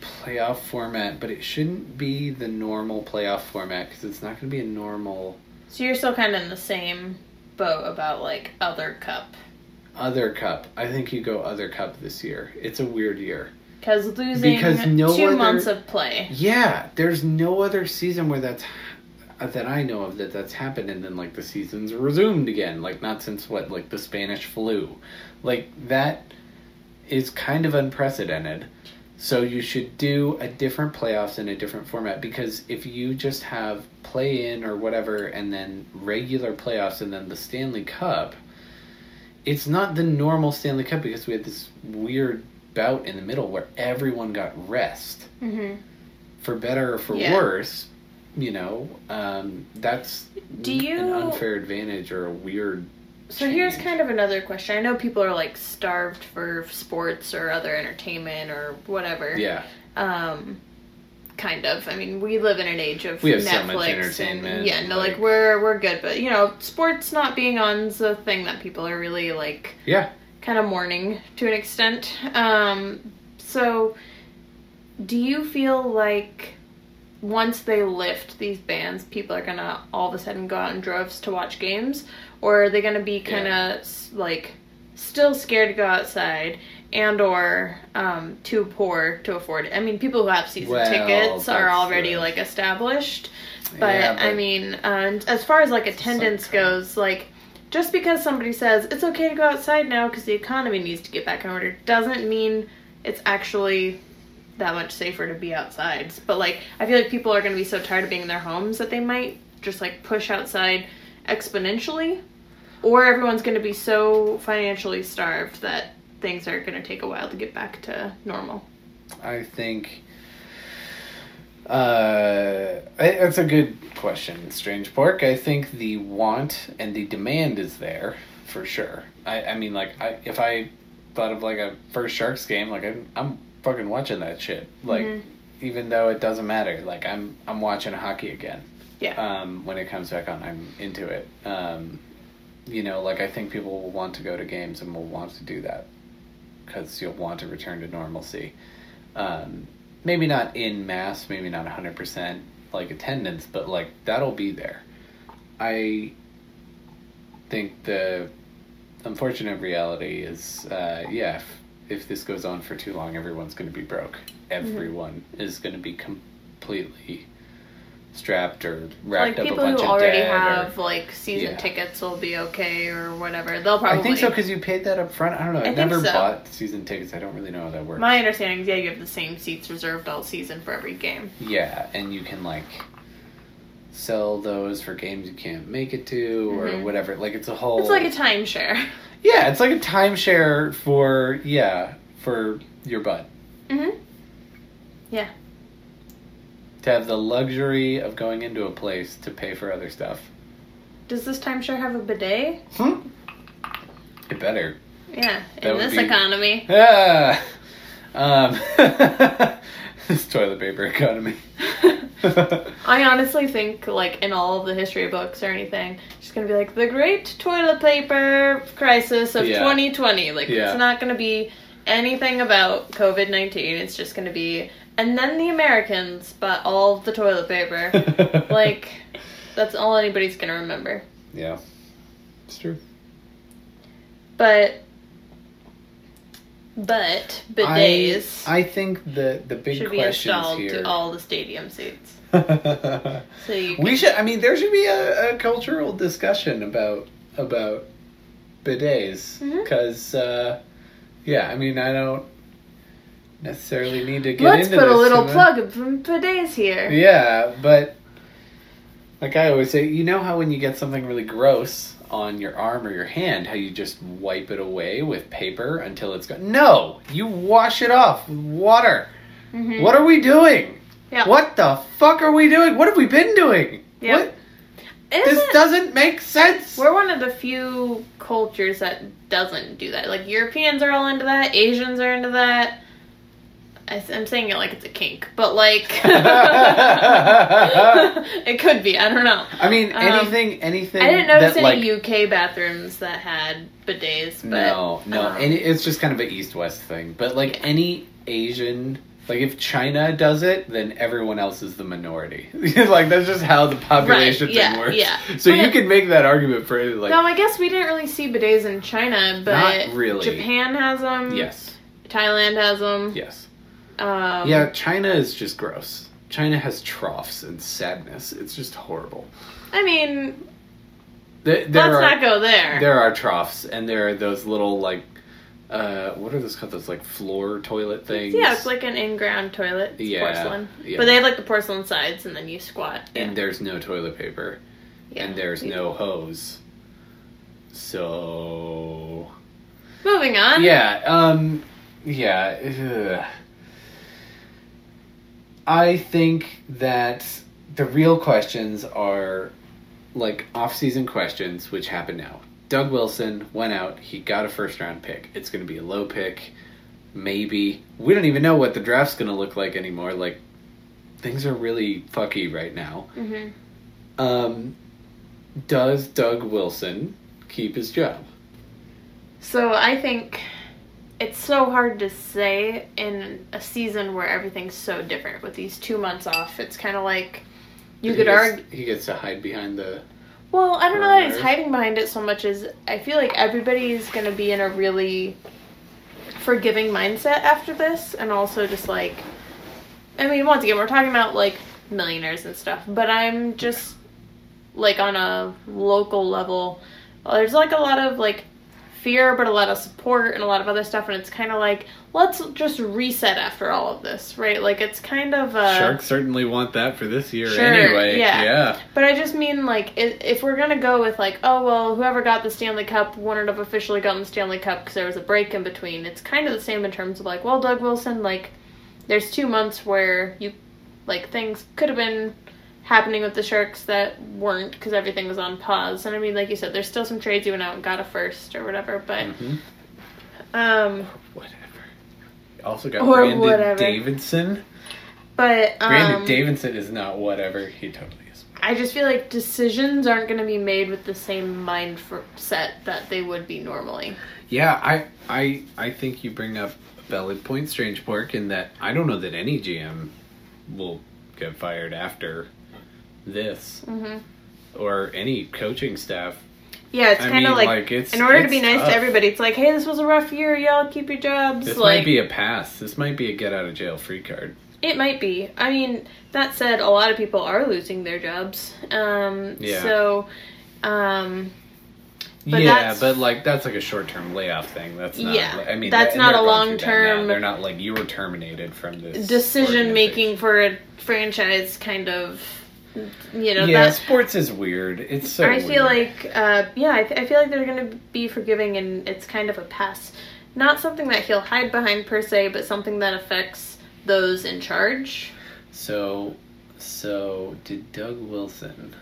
[SPEAKER 1] playoff format. But it shouldn't be the normal playoff format because it's not going to be a normal
[SPEAKER 2] So you're still kind of in the same boat about like other cup
[SPEAKER 1] other cup. I think you go other cup this year. It's a weird year.
[SPEAKER 2] because losing
[SPEAKER 1] Because no
[SPEAKER 2] two
[SPEAKER 1] other-
[SPEAKER 2] months of play.
[SPEAKER 1] Yeah, there's no other season where that's uh, that I know of that that's happened, and then like the seasons resumed again. Like not since what like the Spanish flu, like that is kind of unprecedented. So you should do a different playoffs in a different format because if you just have play in or whatever, and then regular playoffs, and then the Stanley Cup, it's not the normal Stanley Cup because we had this weird bout in the middle where everyone got rest
[SPEAKER 2] Mm-hmm.
[SPEAKER 1] for better or for
[SPEAKER 2] Yeah.
[SPEAKER 1] worse, you know, um, that's
[SPEAKER 2] Do
[SPEAKER 1] n- an
[SPEAKER 2] you-
[SPEAKER 1] unfair advantage or a weird.
[SPEAKER 2] So here's
[SPEAKER 1] change.
[SPEAKER 2] kind of another question. I know people are like starved for sports or other entertainment or whatever.
[SPEAKER 1] Yeah,
[SPEAKER 2] Um, kind of. I mean, we live in an age of
[SPEAKER 1] We have
[SPEAKER 2] Netflix
[SPEAKER 1] so much
[SPEAKER 2] and-
[SPEAKER 1] entertainment,
[SPEAKER 2] yeah, no, like,
[SPEAKER 1] like-
[SPEAKER 2] we're we're good, but you know, sports not being on's a thing that people are really like
[SPEAKER 1] yeah.
[SPEAKER 2] kind of mourning to an extent. Um, so do you feel like once they lift these bans, people are gonna all of a sudden go out in droves to watch games, or are they gonna be kind
[SPEAKER 1] Yeah.
[SPEAKER 2] of like still scared to go outside and or um, too poor to afford it? I mean, people who have season
[SPEAKER 1] Well,
[SPEAKER 2] tickets are
[SPEAKER 1] that's
[SPEAKER 2] already
[SPEAKER 1] the-
[SPEAKER 2] like established, but,
[SPEAKER 1] Yeah,
[SPEAKER 2] I mean, um, as far as like attendance
[SPEAKER 1] Some kind.
[SPEAKER 2] goes, like. Just because somebody says it's okay to go outside now because the economy needs to get back in order doesn't mean it's actually that much safer to be outside. But like, I feel like people are going to be so tired of being in their homes that they might just like push outside exponentially, or everyone's going to be so financially starved that things are going to take a while to get back to normal.
[SPEAKER 1] I think uh, I- that's a good question, Strange Pork. I think the want and the demand is there for sure. I, I mean, like, I, if I thought of like a first Sharks game, like I'm, I'm fucking watching that shit. Like,
[SPEAKER 2] Mhm.
[SPEAKER 1] even though it doesn't matter, like I'm I'm watching hockey again
[SPEAKER 2] Yeah.
[SPEAKER 1] um, when it comes back on. I'm into it. Um, you know, like I think people will want to go to games and will want to do that because you'll want to return to normalcy. Um, maybe not in mass, maybe not 100% like attendance, but like that'll be there. I think the unfortunate reality is, uh, yeah, if, if this goes on for too long, everyone's going to be broke. Everyone is going to be completely strapped or
[SPEAKER 2] like
[SPEAKER 1] racked up a
[SPEAKER 2] people
[SPEAKER 1] bunch
[SPEAKER 2] who
[SPEAKER 1] of
[SPEAKER 2] already
[SPEAKER 1] debt. or-
[SPEAKER 2] have like season
[SPEAKER 1] Yeah.
[SPEAKER 2] tickets will be okay or whatever. They'll probably.
[SPEAKER 1] I think so because you paid that up front. I don't know. I,
[SPEAKER 2] I think
[SPEAKER 1] never
[SPEAKER 2] so.
[SPEAKER 1] bought season tickets. I don't really know how that works.
[SPEAKER 2] My understanding is yeah, you have the same seats reserved all season for every game.
[SPEAKER 1] Yeah, and you can like sell those for games you can't make it to or
[SPEAKER 2] Mhm.
[SPEAKER 1] whatever. Like it's a whole.
[SPEAKER 2] It's like a timeshare.
[SPEAKER 1] yeah, it's like a timeshare for yeah for your butt
[SPEAKER 2] Mm-hmm. Yeah.
[SPEAKER 1] to have the luxury of going into a place to pay for other stuff.
[SPEAKER 2] Does this timeshare have a bidet?
[SPEAKER 1] Hmm. It better.
[SPEAKER 2] Yeah,
[SPEAKER 1] That
[SPEAKER 2] in
[SPEAKER 1] would
[SPEAKER 2] this
[SPEAKER 1] be-
[SPEAKER 2] economy.
[SPEAKER 1] Ah. Um. this toilet paper economy.
[SPEAKER 2] I honestly think, like, in all of the history books or anything, it's gonna be like the great toilet paper crisis of
[SPEAKER 1] Yeah.
[SPEAKER 2] 2020. Like,
[SPEAKER 1] Yeah.
[SPEAKER 2] it's not gonna be anything about COVID 19. It's just gonna be, and then the Americans bought all of the toilet paper. like, that's all anybody's gonna remember.
[SPEAKER 1] Yeah. It's true.
[SPEAKER 2] But, but, bidets
[SPEAKER 1] I, I think the the big
[SPEAKER 2] should be
[SPEAKER 1] questions
[SPEAKER 2] installed
[SPEAKER 1] here.
[SPEAKER 2] to all the stadium seats. So you
[SPEAKER 1] we
[SPEAKER 2] can-
[SPEAKER 1] should. I mean, there should be a, a cultural discussion about about bidets
[SPEAKER 2] Mhm.
[SPEAKER 1] because, uh, yeah. I mean, I don't necessarily need to get
[SPEAKER 2] Let's
[SPEAKER 1] into
[SPEAKER 2] put a
[SPEAKER 1] this
[SPEAKER 2] little
[SPEAKER 1] too much.
[SPEAKER 2] plug from today's here.
[SPEAKER 1] Yeah, but like I always say, you know how when you get something really gross on your arm or your hand, how you just wipe it away with paper until it's gone? No, you wash it off with water.
[SPEAKER 2] Mhm.
[SPEAKER 1] What are we doing?
[SPEAKER 2] Yeah.
[SPEAKER 1] What the fuck are we doing? What have we been doing?
[SPEAKER 2] Yeah.
[SPEAKER 1] What?
[SPEAKER 2] Isn't
[SPEAKER 1] this
[SPEAKER 2] it-
[SPEAKER 1] doesn't make sense.
[SPEAKER 2] We're one of the few cultures that doesn't do that. Like Europeans are all into that. Asians are into that. I, am saying it like it's a kink, but like it could be. I don't know.
[SPEAKER 1] I mean,
[SPEAKER 2] Um,
[SPEAKER 1] anything, anything.
[SPEAKER 2] I didn't notice
[SPEAKER 1] that,
[SPEAKER 2] any
[SPEAKER 1] like,
[SPEAKER 2] UK bathrooms that had bidets, but
[SPEAKER 1] No, no,
[SPEAKER 2] um,
[SPEAKER 1] and it's just kind of an east-west thing. But like any Asian, like if China does it, then everyone else is the minority. like that's just how the population
[SPEAKER 2] Right,
[SPEAKER 1] thing
[SPEAKER 2] yeah,
[SPEAKER 1] works.
[SPEAKER 2] yeah.
[SPEAKER 1] So
[SPEAKER 2] But
[SPEAKER 1] you
[SPEAKER 2] it-
[SPEAKER 1] can make that argument for like
[SPEAKER 2] no, I guess we didn't really see bidets in China, but
[SPEAKER 1] Not really.
[SPEAKER 2] Japan has them.
[SPEAKER 1] yes,
[SPEAKER 2] Thailand has them.
[SPEAKER 1] yes,
[SPEAKER 2] Um,
[SPEAKER 1] yeah. China is just gross. China has troughs and sadness. It's just horrible.
[SPEAKER 2] I mean,
[SPEAKER 1] There, there
[SPEAKER 2] let's
[SPEAKER 1] are
[SPEAKER 2] not go there.
[SPEAKER 1] there are troughs and there are those little like uh what are those called? Those like floor toilet things.
[SPEAKER 2] Yeah, it's like an in-ground toilet. It's
[SPEAKER 1] Yeah,
[SPEAKER 2] porcelain.
[SPEAKER 1] yeah.
[SPEAKER 2] But they have like the porcelain sides, and then you squat. Yeah.
[SPEAKER 1] and there's no toilet paper.
[SPEAKER 2] yeah.
[SPEAKER 1] and there's no hose. So
[SPEAKER 2] Moving on.
[SPEAKER 1] yeah, um, yeah. ugh. I think that the real questions are like off-season questions, which happen now. Doug Wilson went out. He got a first-round pick. It's going to be a low pick, maybe. We don't even know what the draft's going to look like anymore. Like things are really fucky right now.
[SPEAKER 2] hmm
[SPEAKER 1] Um, does Doug Wilson keep his job?
[SPEAKER 2] So I think it's so hard to say in a season where everything's so different. With these two months off, it's kind of like you
[SPEAKER 1] He
[SPEAKER 2] could
[SPEAKER 1] gets-
[SPEAKER 2] argue.
[SPEAKER 1] he gets to hide behind the
[SPEAKER 2] Well, I don't know that he's
[SPEAKER 1] Coronavirus.
[SPEAKER 2] hiding behind it so much as I feel like everybody's going to be in a really forgiving mindset after this, and also just like, I mean, once again, we're talking about like millionaires and stuff, but I'm just like on a local level. There's like a lot of like fear, but a lot of support and a lot of other stuff, and it's kind of like let's just reset after all of this, right? Like it's kind of uh,
[SPEAKER 1] sharks certainly want that for this year
[SPEAKER 2] Sure,
[SPEAKER 1] anyway.
[SPEAKER 2] yeah.
[SPEAKER 1] yeah.
[SPEAKER 2] But I just mean like i- if we're gonna go with like oh well whoever got the Stanley Cup wouldn't have officially gotten the Stanley Cup because there was a break in between. It's kind of the same in terms of like well Doug Wilson like there's two months where you like things could have been happening with the Sharks that weren't because everything was on pause. And I mean like you said there's still some trades you went out and got a first or whatever. But
[SPEAKER 1] Mhm.
[SPEAKER 2] um
[SPEAKER 1] Whatever. Also got
[SPEAKER 2] Or
[SPEAKER 1] Brandon
[SPEAKER 2] whatever.
[SPEAKER 1] Davidson.
[SPEAKER 2] but um
[SPEAKER 1] Brandon Davidson is not whatever. He totally is.
[SPEAKER 2] I just feel like decisions aren't gonna be made with the same mind for- set that they would be normally.
[SPEAKER 1] Yeah, I I I think you bring up a valid point, Strange Pork, in that I don't know that any GM will get fired after this
[SPEAKER 2] Mm-hmm.
[SPEAKER 1] or any coaching staff.
[SPEAKER 2] Yeah, it's
[SPEAKER 1] I
[SPEAKER 2] kind
[SPEAKER 1] mean,
[SPEAKER 2] of like,
[SPEAKER 1] it's
[SPEAKER 2] in order to
[SPEAKER 1] it's
[SPEAKER 2] be nice
[SPEAKER 1] tough.
[SPEAKER 2] to everybody, it's like, hey, this was a rough year, y'all keep your jobs.
[SPEAKER 1] This
[SPEAKER 2] like
[SPEAKER 1] might be a pass. This might be a get out of jail free card.
[SPEAKER 2] it might be. I mean, that said, a lot of people are losing their jobs. Um,
[SPEAKER 1] Yeah.
[SPEAKER 2] So, um, But
[SPEAKER 1] yeah,
[SPEAKER 2] that's-
[SPEAKER 1] but like that's like a short term layoff thing. That's not.
[SPEAKER 2] Yeah,
[SPEAKER 1] I mean
[SPEAKER 2] that's
[SPEAKER 1] and
[SPEAKER 2] not
[SPEAKER 1] they're
[SPEAKER 2] a
[SPEAKER 1] going through that now.
[SPEAKER 2] long-term
[SPEAKER 1] They're not like you were terminated from this
[SPEAKER 2] decision making
[SPEAKER 1] organization.
[SPEAKER 2] for a franchise kind of, you know,
[SPEAKER 1] yeah,
[SPEAKER 2] that
[SPEAKER 1] sports is weird. It's so.
[SPEAKER 2] I feel
[SPEAKER 1] weird.
[SPEAKER 2] like, uh, yeah, I, I feel like they're going to be forgiving, and it's kind of a pass. Not something that he'll hide behind per se, but something that affects those in charge.
[SPEAKER 1] So, so did Doug Wilson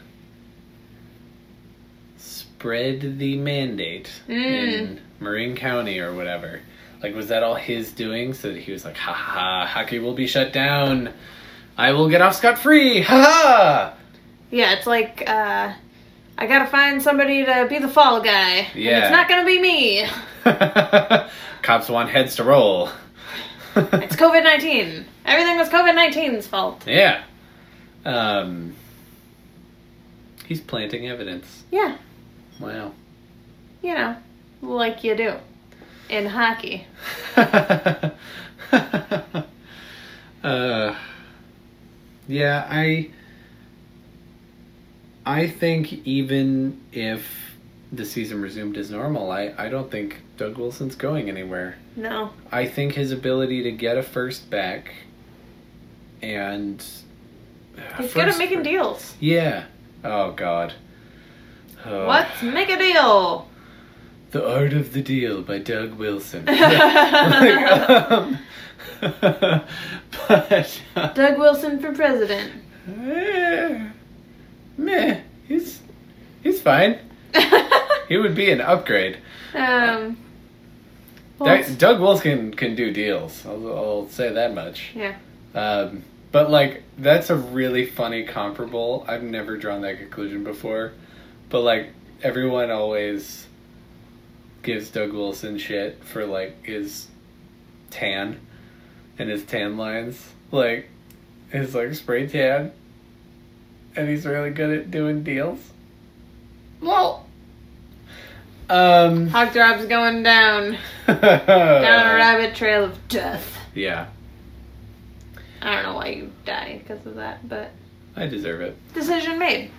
[SPEAKER 1] spread the mandate
[SPEAKER 2] Mm.
[SPEAKER 1] in Marin County or whatever? Like, was that all his doing? So that he was like, ha ha, ha hockey will be shut down. I will get off scot free. Ha ha.
[SPEAKER 2] Yeah, it's like uh, I gotta find somebody to be the fall guy. and
[SPEAKER 1] Yeah.
[SPEAKER 2] it's not gonna be me.
[SPEAKER 1] Cops want heads to roll.
[SPEAKER 2] It's COVID nineteen. Everything was COVID 19's fault.
[SPEAKER 1] yeah. Um, he's planting evidence.
[SPEAKER 2] Yeah,
[SPEAKER 1] Wow.
[SPEAKER 2] you know, like you do in hockey.
[SPEAKER 1] uh, yeah, I I think even if the season resumed as normal, I, I don't think Doug Wilson's going anywhere.
[SPEAKER 2] No,
[SPEAKER 1] I think his ability to get a first back and uh,
[SPEAKER 2] he's good at
[SPEAKER 1] First-
[SPEAKER 2] making deals.
[SPEAKER 1] Yeah. Oh god. Oh.
[SPEAKER 2] Let's make a deal.
[SPEAKER 1] The Art of the Deal by Doug Wilson. Like, um, but uh,
[SPEAKER 2] Doug Wilson for president.
[SPEAKER 1] eh, meh, he's he's fine. He would be an upgrade.
[SPEAKER 2] um. well,
[SPEAKER 1] That, Doug Wilson can do deals. I'll, I'll say that much.
[SPEAKER 2] yeah.
[SPEAKER 1] Um, but like that's a really funny comparable. I've never drawn that conclusion before. But like everyone always gives Doug Wilson shit for like his tan and his tan lines. Like his like spray tan. And he's really good at doing deals.
[SPEAKER 2] Well,
[SPEAKER 1] Um
[SPEAKER 2] hog drop's going down
[SPEAKER 1] Uh,
[SPEAKER 2] down a rabbit trail of death.
[SPEAKER 1] Yeah,
[SPEAKER 2] I don't know why you die because of that, but
[SPEAKER 1] I deserve it.
[SPEAKER 2] decision made.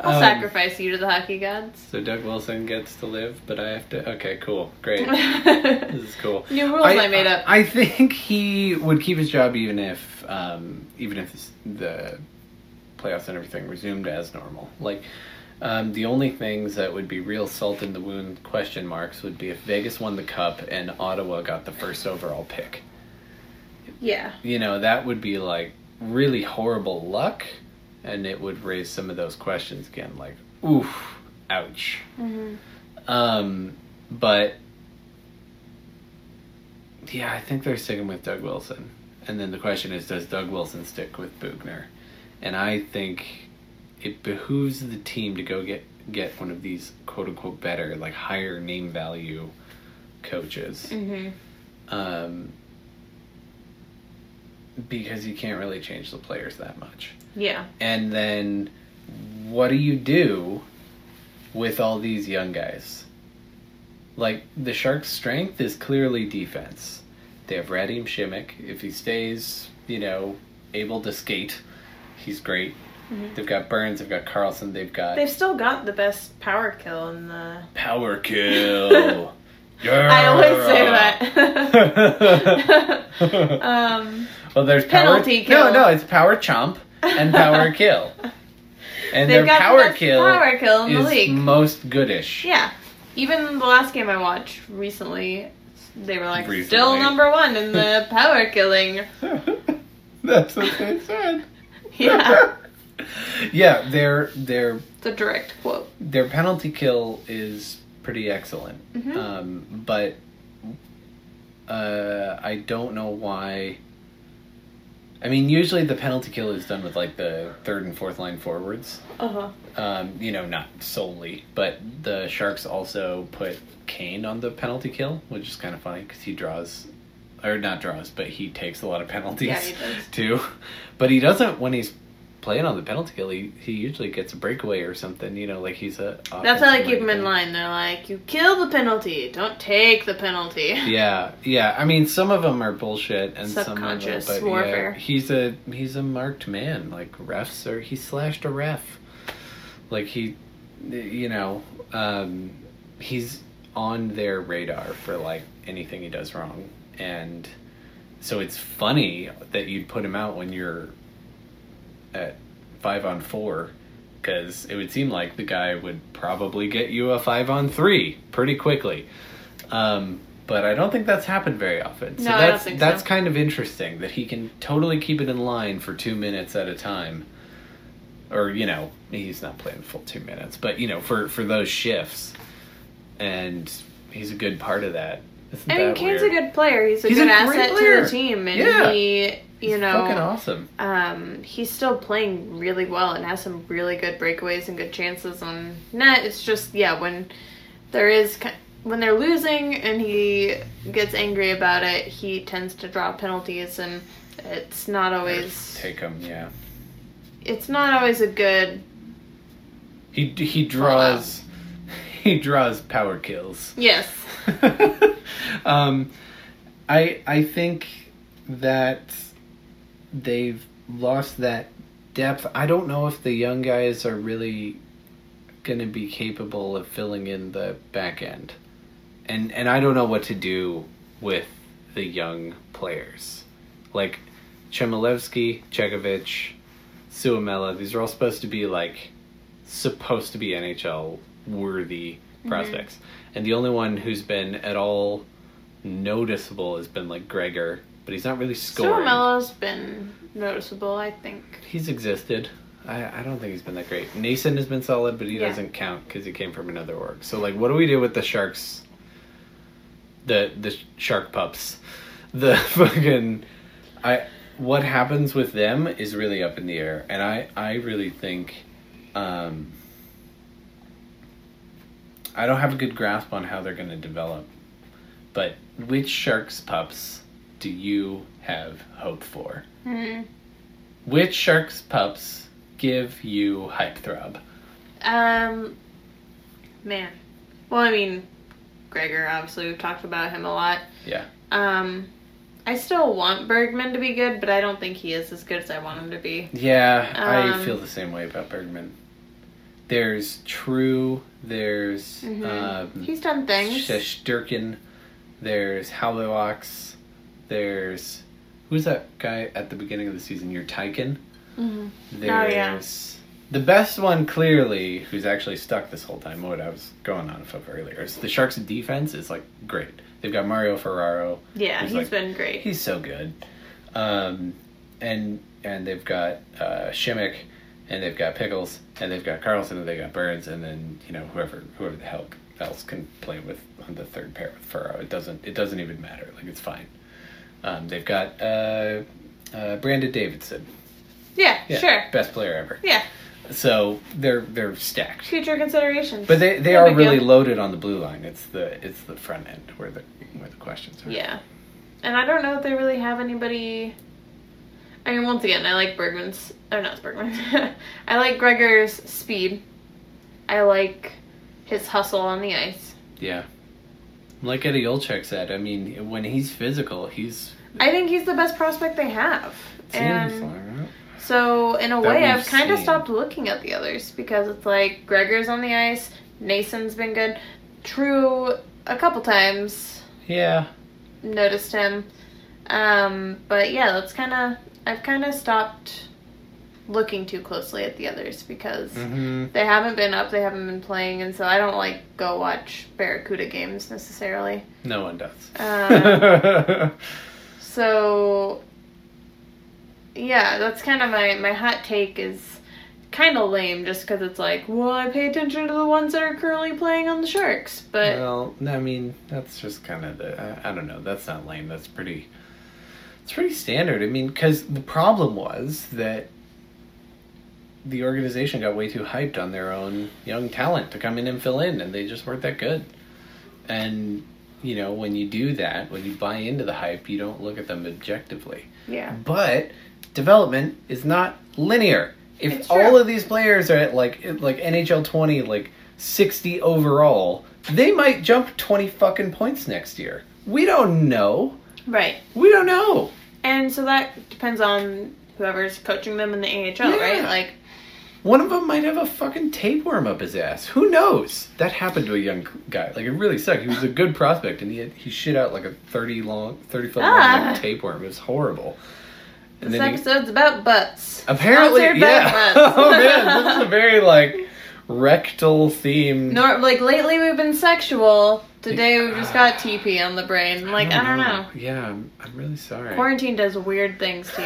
[SPEAKER 2] I'll
[SPEAKER 1] Um,
[SPEAKER 2] sacrifice you to the hockey gods.
[SPEAKER 1] So Doug Wilson gets to live, but I have to. Okay, cool, great.
[SPEAKER 2] New
[SPEAKER 1] this is cool.
[SPEAKER 2] rules I, made up.
[SPEAKER 1] I think he would keep his job even if, um, even if this, the playoffs and everything resumed as normal. Like, um, the only things that would be real salt in the wound question marks would be if Vegas won the cup and Ottawa got the first overall pick.
[SPEAKER 2] yeah.
[SPEAKER 1] You know, that would be like really horrible luck, and it would raise some of those questions again. Like, oof, ouch.
[SPEAKER 2] Mm-hmm.
[SPEAKER 1] Um, but yeah, I think they're sticking with Doug Wilson. And then the question is, does Doug Wilson stick with Bugner? And I think it behooves the team to go get get one of these quote unquote better, like higher name value coaches
[SPEAKER 2] Mm-hmm.
[SPEAKER 1] um, because you can't really change the players that much.
[SPEAKER 2] Yeah.
[SPEAKER 1] And then what do you do with all these young guys? Like the Sharks' strength is clearly defense. They have Radim Shimmick. If he stays, you know, able to skate, he's great.
[SPEAKER 2] Mhm.
[SPEAKER 1] They've got Burns. They've got Carlson. They've got
[SPEAKER 2] They've still got the best power kill in the.
[SPEAKER 1] power kill.
[SPEAKER 2] I always say
[SPEAKER 1] that.
[SPEAKER 2] that. um,
[SPEAKER 1] well, there's
[SPEAKER 2] Penalty
[SPEAKER 1] power,
[SPEAKER 2] kill.
[SPEAKER 1] No, no, it's power chomp and power kill. And
[SPEAKER 2] They've
[SPEAKER 1] their
[SPEAKER 2] got the
[SPEAKER 1] power
[SPEAKER 2] best
[SPEAKER 1] kill,
[SPEAKER 2] power kill in the
[SPEAKER 1] is
[SPEAKER 2] league.
[SPEAKER 1] most goodish.
[SPEAKER 2] yeah. Even the last game I watched recently, they were like still
[SPEAKER 1] Recently.
[SPEAKER 2] number one in the power killing.
[SPEAKER 1] That's what they said.
[SPEAKER 2] Yeah,
[SPEAKER 1] yeah, their their
[SPEAKER 2] it's a direct quote.
[SPEAKER 1] their penalty kill is pretty excellent.
[SPEAKER 2] Mhm.
[SPEAKER 1] Um, but uh, I don't know why. I mean, usually the penalty kill is done with like the third and fourth line forwards.
[SPEAKER 2] Uh huh.
[SPEAKER 1] Um, you know, not solely, but the Sharks also put Kane on the penalty kill, which is kind of funny because he draws, or not draws, but he takes a lot of penalties
[SPEAKER 2] Yeah, he does.
[SPEAKER 1] too. But he doesn't when he's playing on the penalty kill. He, he usually gets a breakaway or something. You know, like he's a.
[SPEAKER 2] That's how they
[SPEAKER 1] offensive
[SPEAKER 2] keep them in
[SPEAKER 1] minded.
[SPEAKER 2] line. They're like, you kill the penalty, don't take the penalty.
[SPEAKER 1] Yeah, yeah. I mean, some of them are bullshit, and
[SPEAKER 2] Subconscious
[SPEAKER 1] some of them, but
[SPEAKER 2] warfare.
[SPEAKER 1] Yeah, he's a he's a marked man. Like refs are he slashed a ref. Like he, you know, um, he's on their radar for like anything he does wrong, and so it's funny that you'd put him out when you're at five on four. Because it would seem like the guy would probably get you a five on three pretty quickly. Um, but I don't think that's happened very often. So
[SPEAKER 2] No, I don't
[SPEAKER 1] that's
[SPEAKER 2] think so.
[SPEAKER 1] that's kind of interesting that he can totally keep it in line for two minutes at a time. Or, you know, he's not playing the full two minutes, but you know, for, for those shifts. And he's a good part of that. Isn't
[SPEAKER 2] I mean,
[SPEAKER 1] that
[SPEAKER 2] Kane's
[SPEAKER 1] weird?
[SPEAKER 2] a good player. He's a
[SPEAKER 1] He's a
[SPEAKER 2] good
[SPEAKER 1] great
[SPEAKER 2] asset to
[SPEAKER 1] player.
[SPEAKER 2] the team, and
[SPEAKER 1] Yeah.
[SPEAKER 2] he, you
[SPEAKER 1] He's fucking
[SPEAKER 2] know,
[SPEAKER 1] awesome.
[SPEAKER 2] um, he's still playing really well and has some really good breakaways and good chances on net. It's just yeah, when there is ki- when they're losing and he gets angry about it, he tends to draw penalties, and it's not always
[SPEAKER 1] Take him, yeah.
[SPEAKER 2] it's not always a good
[SPEAKER 1] He he draws he draws power kills.
[SPEAKER 2] yes.
[SPEAKER 1] um, I I think that they've lost that depth. I don't know if the young guys are really going to be capable of filling in the back end, and and I don't know what to do with the young players, like Chemilevsky, Chekovich, Suomela. These are all supposed to be like supposed to be NHL worthy prospects. And the only one who's been at all noticeable has been like Gregor, but he's not really scoring.
[SPEAKER 2] Stormello's been noticeable, I think.
[SPEAKER 1] He's existed. I, I don't think he's been that great. Nason has been solid, but he
[SPEAKER 2] Yeah.
[SPEAKER 1] doesn't count because he came from another org. So like, what do we do with the sharks? The the shark pups, the fucking, I what happens with them is really up in the air, and I I really think, um, I don't have a good grasp on how they're going to develop, but which sharks pups do you have hope for?
[SPEAKER 2] hmm
[SPEAKER 1] Which shark's pups give you hype throb?
[SPEAKER 2] Um, man. Well, I mean, Gregor. Obviously, we've talked about him a lot.
[SPEAKER 1] Yeah.
[SPEAKER 2] Um, I still want Bergman to be good, but I don't think he is as good as I want him to be.
[SPEAKER 1] Yeah,
[SPEAKER 2] Um,
[SPEAKER 1] I feel the same way about Bergman. There's True, there's um,
[SPEAKER 2] Mm-hmm. He's done things.
[SPEAKER 1] Shesterkin, there's Halowax, there's. Who's that guy at the beginning of the season? Your Tyken?
[SPEAKER 2] Mhm. yeah.
[SPEAKER 1] There's. The best one, clearly, who's actually stuck this whole time, what I was going on about earlier, is the Sharks' defense is like great. They've got Mario Ferraro,
[SPEAKER 2] Yeah,
[SPEAKER 1] He's
[SPEAKER 2] he's
[SPEAKER 1] like-
[SPEAKER 2] been great.
[SPEAKER 1] He's so good. Um, and and they've got uh, Shimmick, and they've got Pickles, and they've got Carlson, and they got Burns, and then you know whoever whoever the hell else can play with on the third pair with Furrow. It doesn't it doesn't even matter. Like it's fine. Um, they've got uh, uh, Brandon Davidson.
[SPEAKER 2] yeah,
[SPEAKER 1] Yeah,
[SPEAKER 2] sure.
[SPEAKER 1] best player ever.
[SPEAKER 2] Yeah.
[SPEAKER 1] So they're they're stacked.
[SPEAKER 2] Future considerations.
[SPEAKER 1] But they, they
[SPEAKER 2] No
[SPEAKER 1] are
[SPEAKER 2] big
[SPEAKER 1] really
[SPEAKER 2] deal.
[SPEAKER 1] loaded on the blue line. It's the it's the front end where the where the questions are.
[SPEAKER 2] Yeah. And I don't know if they really have anybody. I mean, once again, I like Bergman's. Or not Bergman's. I like Gregor's speed. I like his hustle on the ice.
[SPEAKER 1] Yeah. Like Eddie Olchek said, I mean, when he's physical, he's
[SPEAKER 2] I think he's the best prospect they have.
[SPEAKER 1] seems
[SPEAKER 2] And
[SPEAKER 1] like, right?
[SPEAKER 2] so, in a
[SPEAKER 1] That
[SPEAKER 2] way,
[SPEAKER 1] we've
[SPEAKER 2] I've kind of
[SPEAKER 1] seen.
[SPEAKER 2] stopped looking at the others because it's like Gregor's on the ice, Nason's been good. True, a couple times.
[SPEAKER 1] Yeah.
[SPEAKER 2] noticed him. Um, but yeah, that's kind of I've kind of stopped looking too closely at the others because
[SPEAKER 1] Mm-hmm.
[SPEAKER 2] they haven't been up, they haven't been playing, and so I don't like go watch Barracuda games necessarily.
[SPEAKER 1] No one does.
[SPEAKER 2] Um, So yeah, that's kind of my my hot take is kind of lame just because it's like, well, I pay attention to the ones that are currently playing on the Sharks, but
[SPEAKER 1] well, no, I mean, that's just kind of the. I, I don't know. That's not lame. That's pretty. It's pretty standard. I mean, because the problem was that the organization got way too hyped on their own young talent to come in and fill in, and they just weren't that good. And you know, when you do that, when you buy into the hype, you don't look at them objectively.
[SPEAKER 2] yeah.
[SPEAKER 1] But development is not linear. If
[SPEAKER 2] It's
[SPEAKER 1] all
[SPEAKER 2] true.
[SPEAKER 1] of these players are at like at like NHL twenty, like sixty overall, they might jump twenty fucking points next year. We don't know.
[SPEAKER 2] Right.
[SPEAKER 1] We don't know.
[SPEAKER 2] And so that depends on whoever's coaching them in the AHL, right?
[SPEAKER 1] Yeah.
[SPEAKER 2] Like
[SPEAKER 1] One of them might have a fucking tapeworm up his ass. Who knows? That happened to a young guy. Like it really sucked. He was a good prospect, and he had, he shit out like a thirty long, thirty foot long
[SPEAKER 2] Ah.
[SPEAKER 1] like, tapeworm. It was horrible. And
[SPEAKER 2] This
[SPEAKER 1] then he-
[SPEAKER 2] episode's about butts.
[SPEAKER 1] Apparently,
[SPEAKER 2] Sponsored by
[SPEAKER 1] yeah.
[SPEAKER 2] butts.
[SPEAKER 1] oh man, this is a very like rectal themed.
[SPEAKER 2] Nor like lately we've been sexual. Today we've just
[SPEAKER 1] uh,
[SPEAKER 2] got TP on the brain. Like I don't know.
[SPEAKER 1] Oh, Yeah, I'm, I'm really sorry.
[SPEAKER 2] Quarantine does weird things to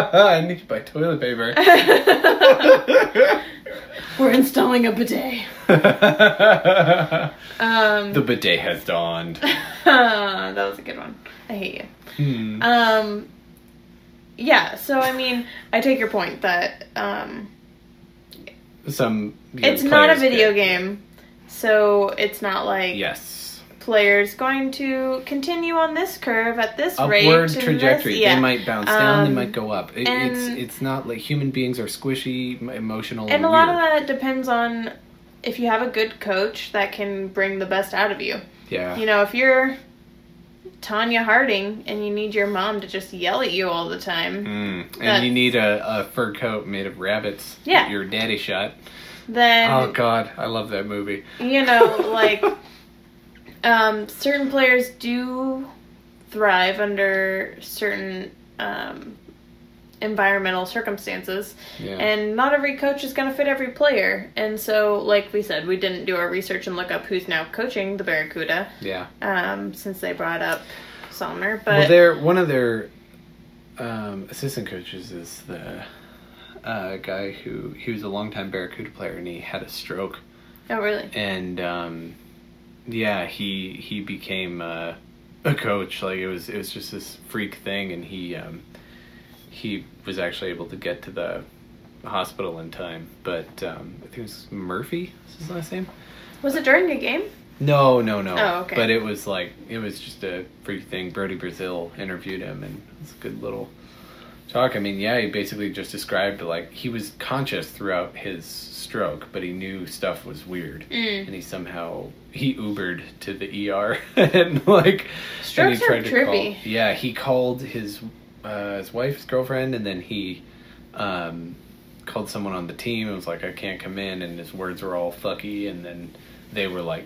[SPEAKER 1] I need to buy toilet paper.
[SPEAKER 2] you. We're installing a bidet.
[SPEAKER 1] the
[SPEAKER 2] Um,
[SPEAKER 1] bidet has dawned.
[SPEAKER 2] that was a good one. I hate you.
[SPEAKER 1] Hmm.
[SPEAKER 2] Um, yeah. So I mean, I take your point that um,
[SPEAKER 1] Some. you know,
[SPEAKER 2] it's not a
[SPEAKER 1] players
[SPEAKER 2] video
[SPEAKER 1] get-
[SPEAKER 2] game, so it's not like
[SPEAKER 1] Yes.
[SPEAKER 2] players going to continue on this curve at this rate.
[SPEAKER 1] Upward
[SPEAKER 2] and this-
[SPEAKER 1] trajectory.
[SPEAKER 2] yeah.
[SPEAKER 1] They might bounce down. They
[SPEAKER 2] Um,
[SPEAKER 1] might go up. It, it's
[SPEAKER 2] and-
[SPEAKER 1] it's not like human beings are squishy, m- emotional,
[SPEAKER 2] And a lot of
[SPEAKER 1] weird.
[SPEAKER 2] that depends on if you have a good coach that can bring the best out of you.
[SPEAKER 1] Yeah.
[SPEAKER 2] You know, if you're Tanya Harding and you need your mom to just yell at you all the time,
[SPEAKER 1] Mm. And
[SPEAKER 2] That's-
[SPEAKER 1] you need a, a fur coat made of rabbits. that
[SPEAKER 2] Yeah.
[SPEAKER 1] Your daddy shot.
[SPEAKER 2] then
[SPEAKER 1] oh God, I love that movie.
[SPEAKER 2] you know, like um, certain players do thrive under certain um, environmental circumstances.
[SPEAKER 1] Yeah.
[SPEAKER 2] And not every coach is going to fit every player. And so, like we said, we didn't do our research and look up who's now coaching the Barracuda
[SPEAKER 1] yeah.
[SPEAKER 2] um, since they brought up Sommer.
[SPEAKER 1] well,
[SPEAKER 2] But
[SPEAKER 1] their one of their um, assistant coaches is the uh, guy who he was a longtime Barracuda player and he had a stroke
[SPEAKER 2] oh, really?
[SPEAKER 1] and um, yeah he he became uh, a coach like it was it was just this freak thing and he um, he was actually able to get to the hospital in time but um, I think it was Murphy is his last name.
[SPEAKER 2] Was it during a game?
[SPEAKER 1] No, no, no.
[SPEAKER 2] Oh, okay.
[SPEAKER 1] But it was like it was just a freak thing. Brody Brazil interviewed him, and it was a good little talk. I mean, yeah, he basically just described like he was conscious throughout his stroke, but he knew stuff was weird,
[SPEAKER 2] Mm.
[SPEAKER 1] and he somehow he Ubered to the ER and like and
[SPEAKER 2] Strokes
[SPEAKER 1] he
[SPEAKER 2] are
[SPEAKER 1] tried to
[SPEAKER 2] trippy.
[SPEAKER 1] call. Yeah, he called his uh, his wife, his girlfriend, and then he. Um, called someone on the team and was like, I can't come in, and his words were all fucky, and then they were like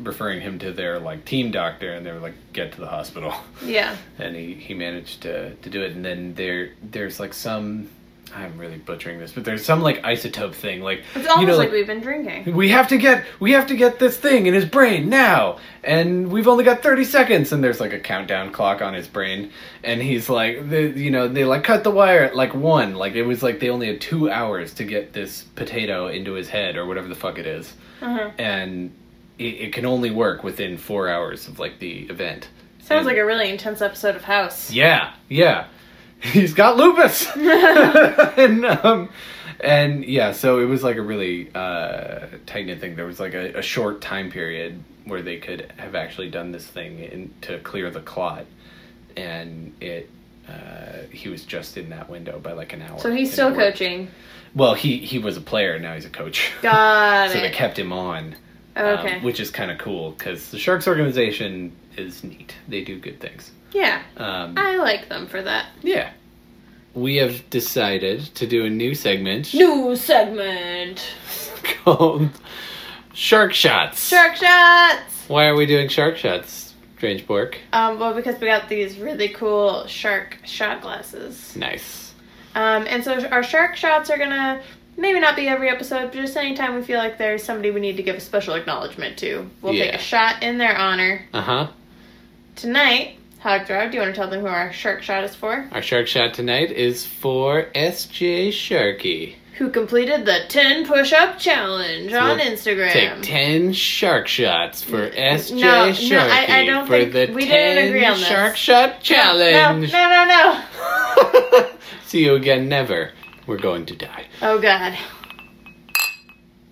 [SPEAKER 1] referring him to their like team doctor, and they were like, get to the hospital,
[SPEAKER 2] Yeah.
[SPEAKER 1] and he he managed to to do it, and then there there's like some. I'm really butchering this, but there's some like isotope thing, like
[SPEAKER 2] It's almost
[SPEAKER 1] you know,
[SPEAKER 2] like we've been drinking.
[SPEAKER 1] we have to get we have to get this thing in his brain now and we've only got 30 seconds and there's like a countdown clock on his brain and he's like the, you know they like cut the wire at like one like it was like they only had two hours to get this potato into his head or whatever the fuck it is
[SPEAKER 2] Uh-huh.
[SPEAKER 1] and it, it can only work within four hours of like the event
[SPEAKER 2] Sounds like a really intense episode of House.
[SPEAKER 1] yeah, yeah. He's got lupus. and um and yeah, so it was like a really uh, tight knit thing. There was like a, a short time period where they could have actually done this thing in, to clear the clot, and it uh, he was just in that window by like an hour.
[SPEAKER 2] So
[SPEAKER 1] And
[SPEAKER 2] he's
[SPEAKER 1] it
[SPEAKER 2] still
[SPEAKER 1] worked.
[SPEAKER 2] coaching.
[SPEAKER 1] Well, he he was a player. Now he's a coach.
[SPEAKER 2] Got
[SPEAKER 1] so they
[SPEAKER 2] it.
[SPEAKER 1] kept him on, um,
[SPEAKER 2] Okay.
[SPEAKER 1] which is kind of cool because the Sharks organization is neat. They do good things.
[SPEAKER 2] yeah,
[SPEAKER 1] Um,
[SPEAKER 2] I like them for that.
[SPEAKER 1] yeah. We have decided to do a new segment
[SPEAKER 2] New segment.
[SPEAKER 1] called Shark Shots.
[SPEAKER 2] Shark shots.
[SPEAKER 1] Why are we doing Shark Shots, Strange Bork?
[SPEAKER 2] Um, well, because we got these really cool shark shot glasses.
[SPEAKER 1] Nice.
[SPEAKER 2] Um, and so our shark shots are gonna maybe not be every episode, but just anytime we feel like there's somebody we need to give a special acknowledgement to, we'll take
[SPEAKER 1] Yeah.
[SPEAKER 2] a shot in their honor.
[SPEAKER 1] Uh huh.
[SPEAKER 2] Tonight, Hog Drive, do you want to tell them who our shark shot is for?
[SPEAKER 1] Our Shark Shot tonight is for SJ Sharky.
[SPEAKER 2] Who completed the 10 push up challenge on
[SPEAKER 1] We'll
[SPEAKER 2] Instagram?
[SPEAKER 1] Take 10 shark shots for SJ
[SPEAKER 2] no, I-
[SPEAKER 1] Sharky
[SPEAKER 2] I don't
[SPEAKER 1] for
[SPEAKER 2] think-
[SPEAKER 1] the
[SPEAKER 2] we
[SPEAKER 1] 10
[SPEAKER 2] didn't agree on this.
[SPEAKER 1] Shark Shot
[SPEAKER 2] No,
[SPEAKER 1] Challenge.
[SPEAKER 2] no, no, no.
[SPEAKER 1] See you again, never. We're going to die.
[SPEAKER 2] Oh, God.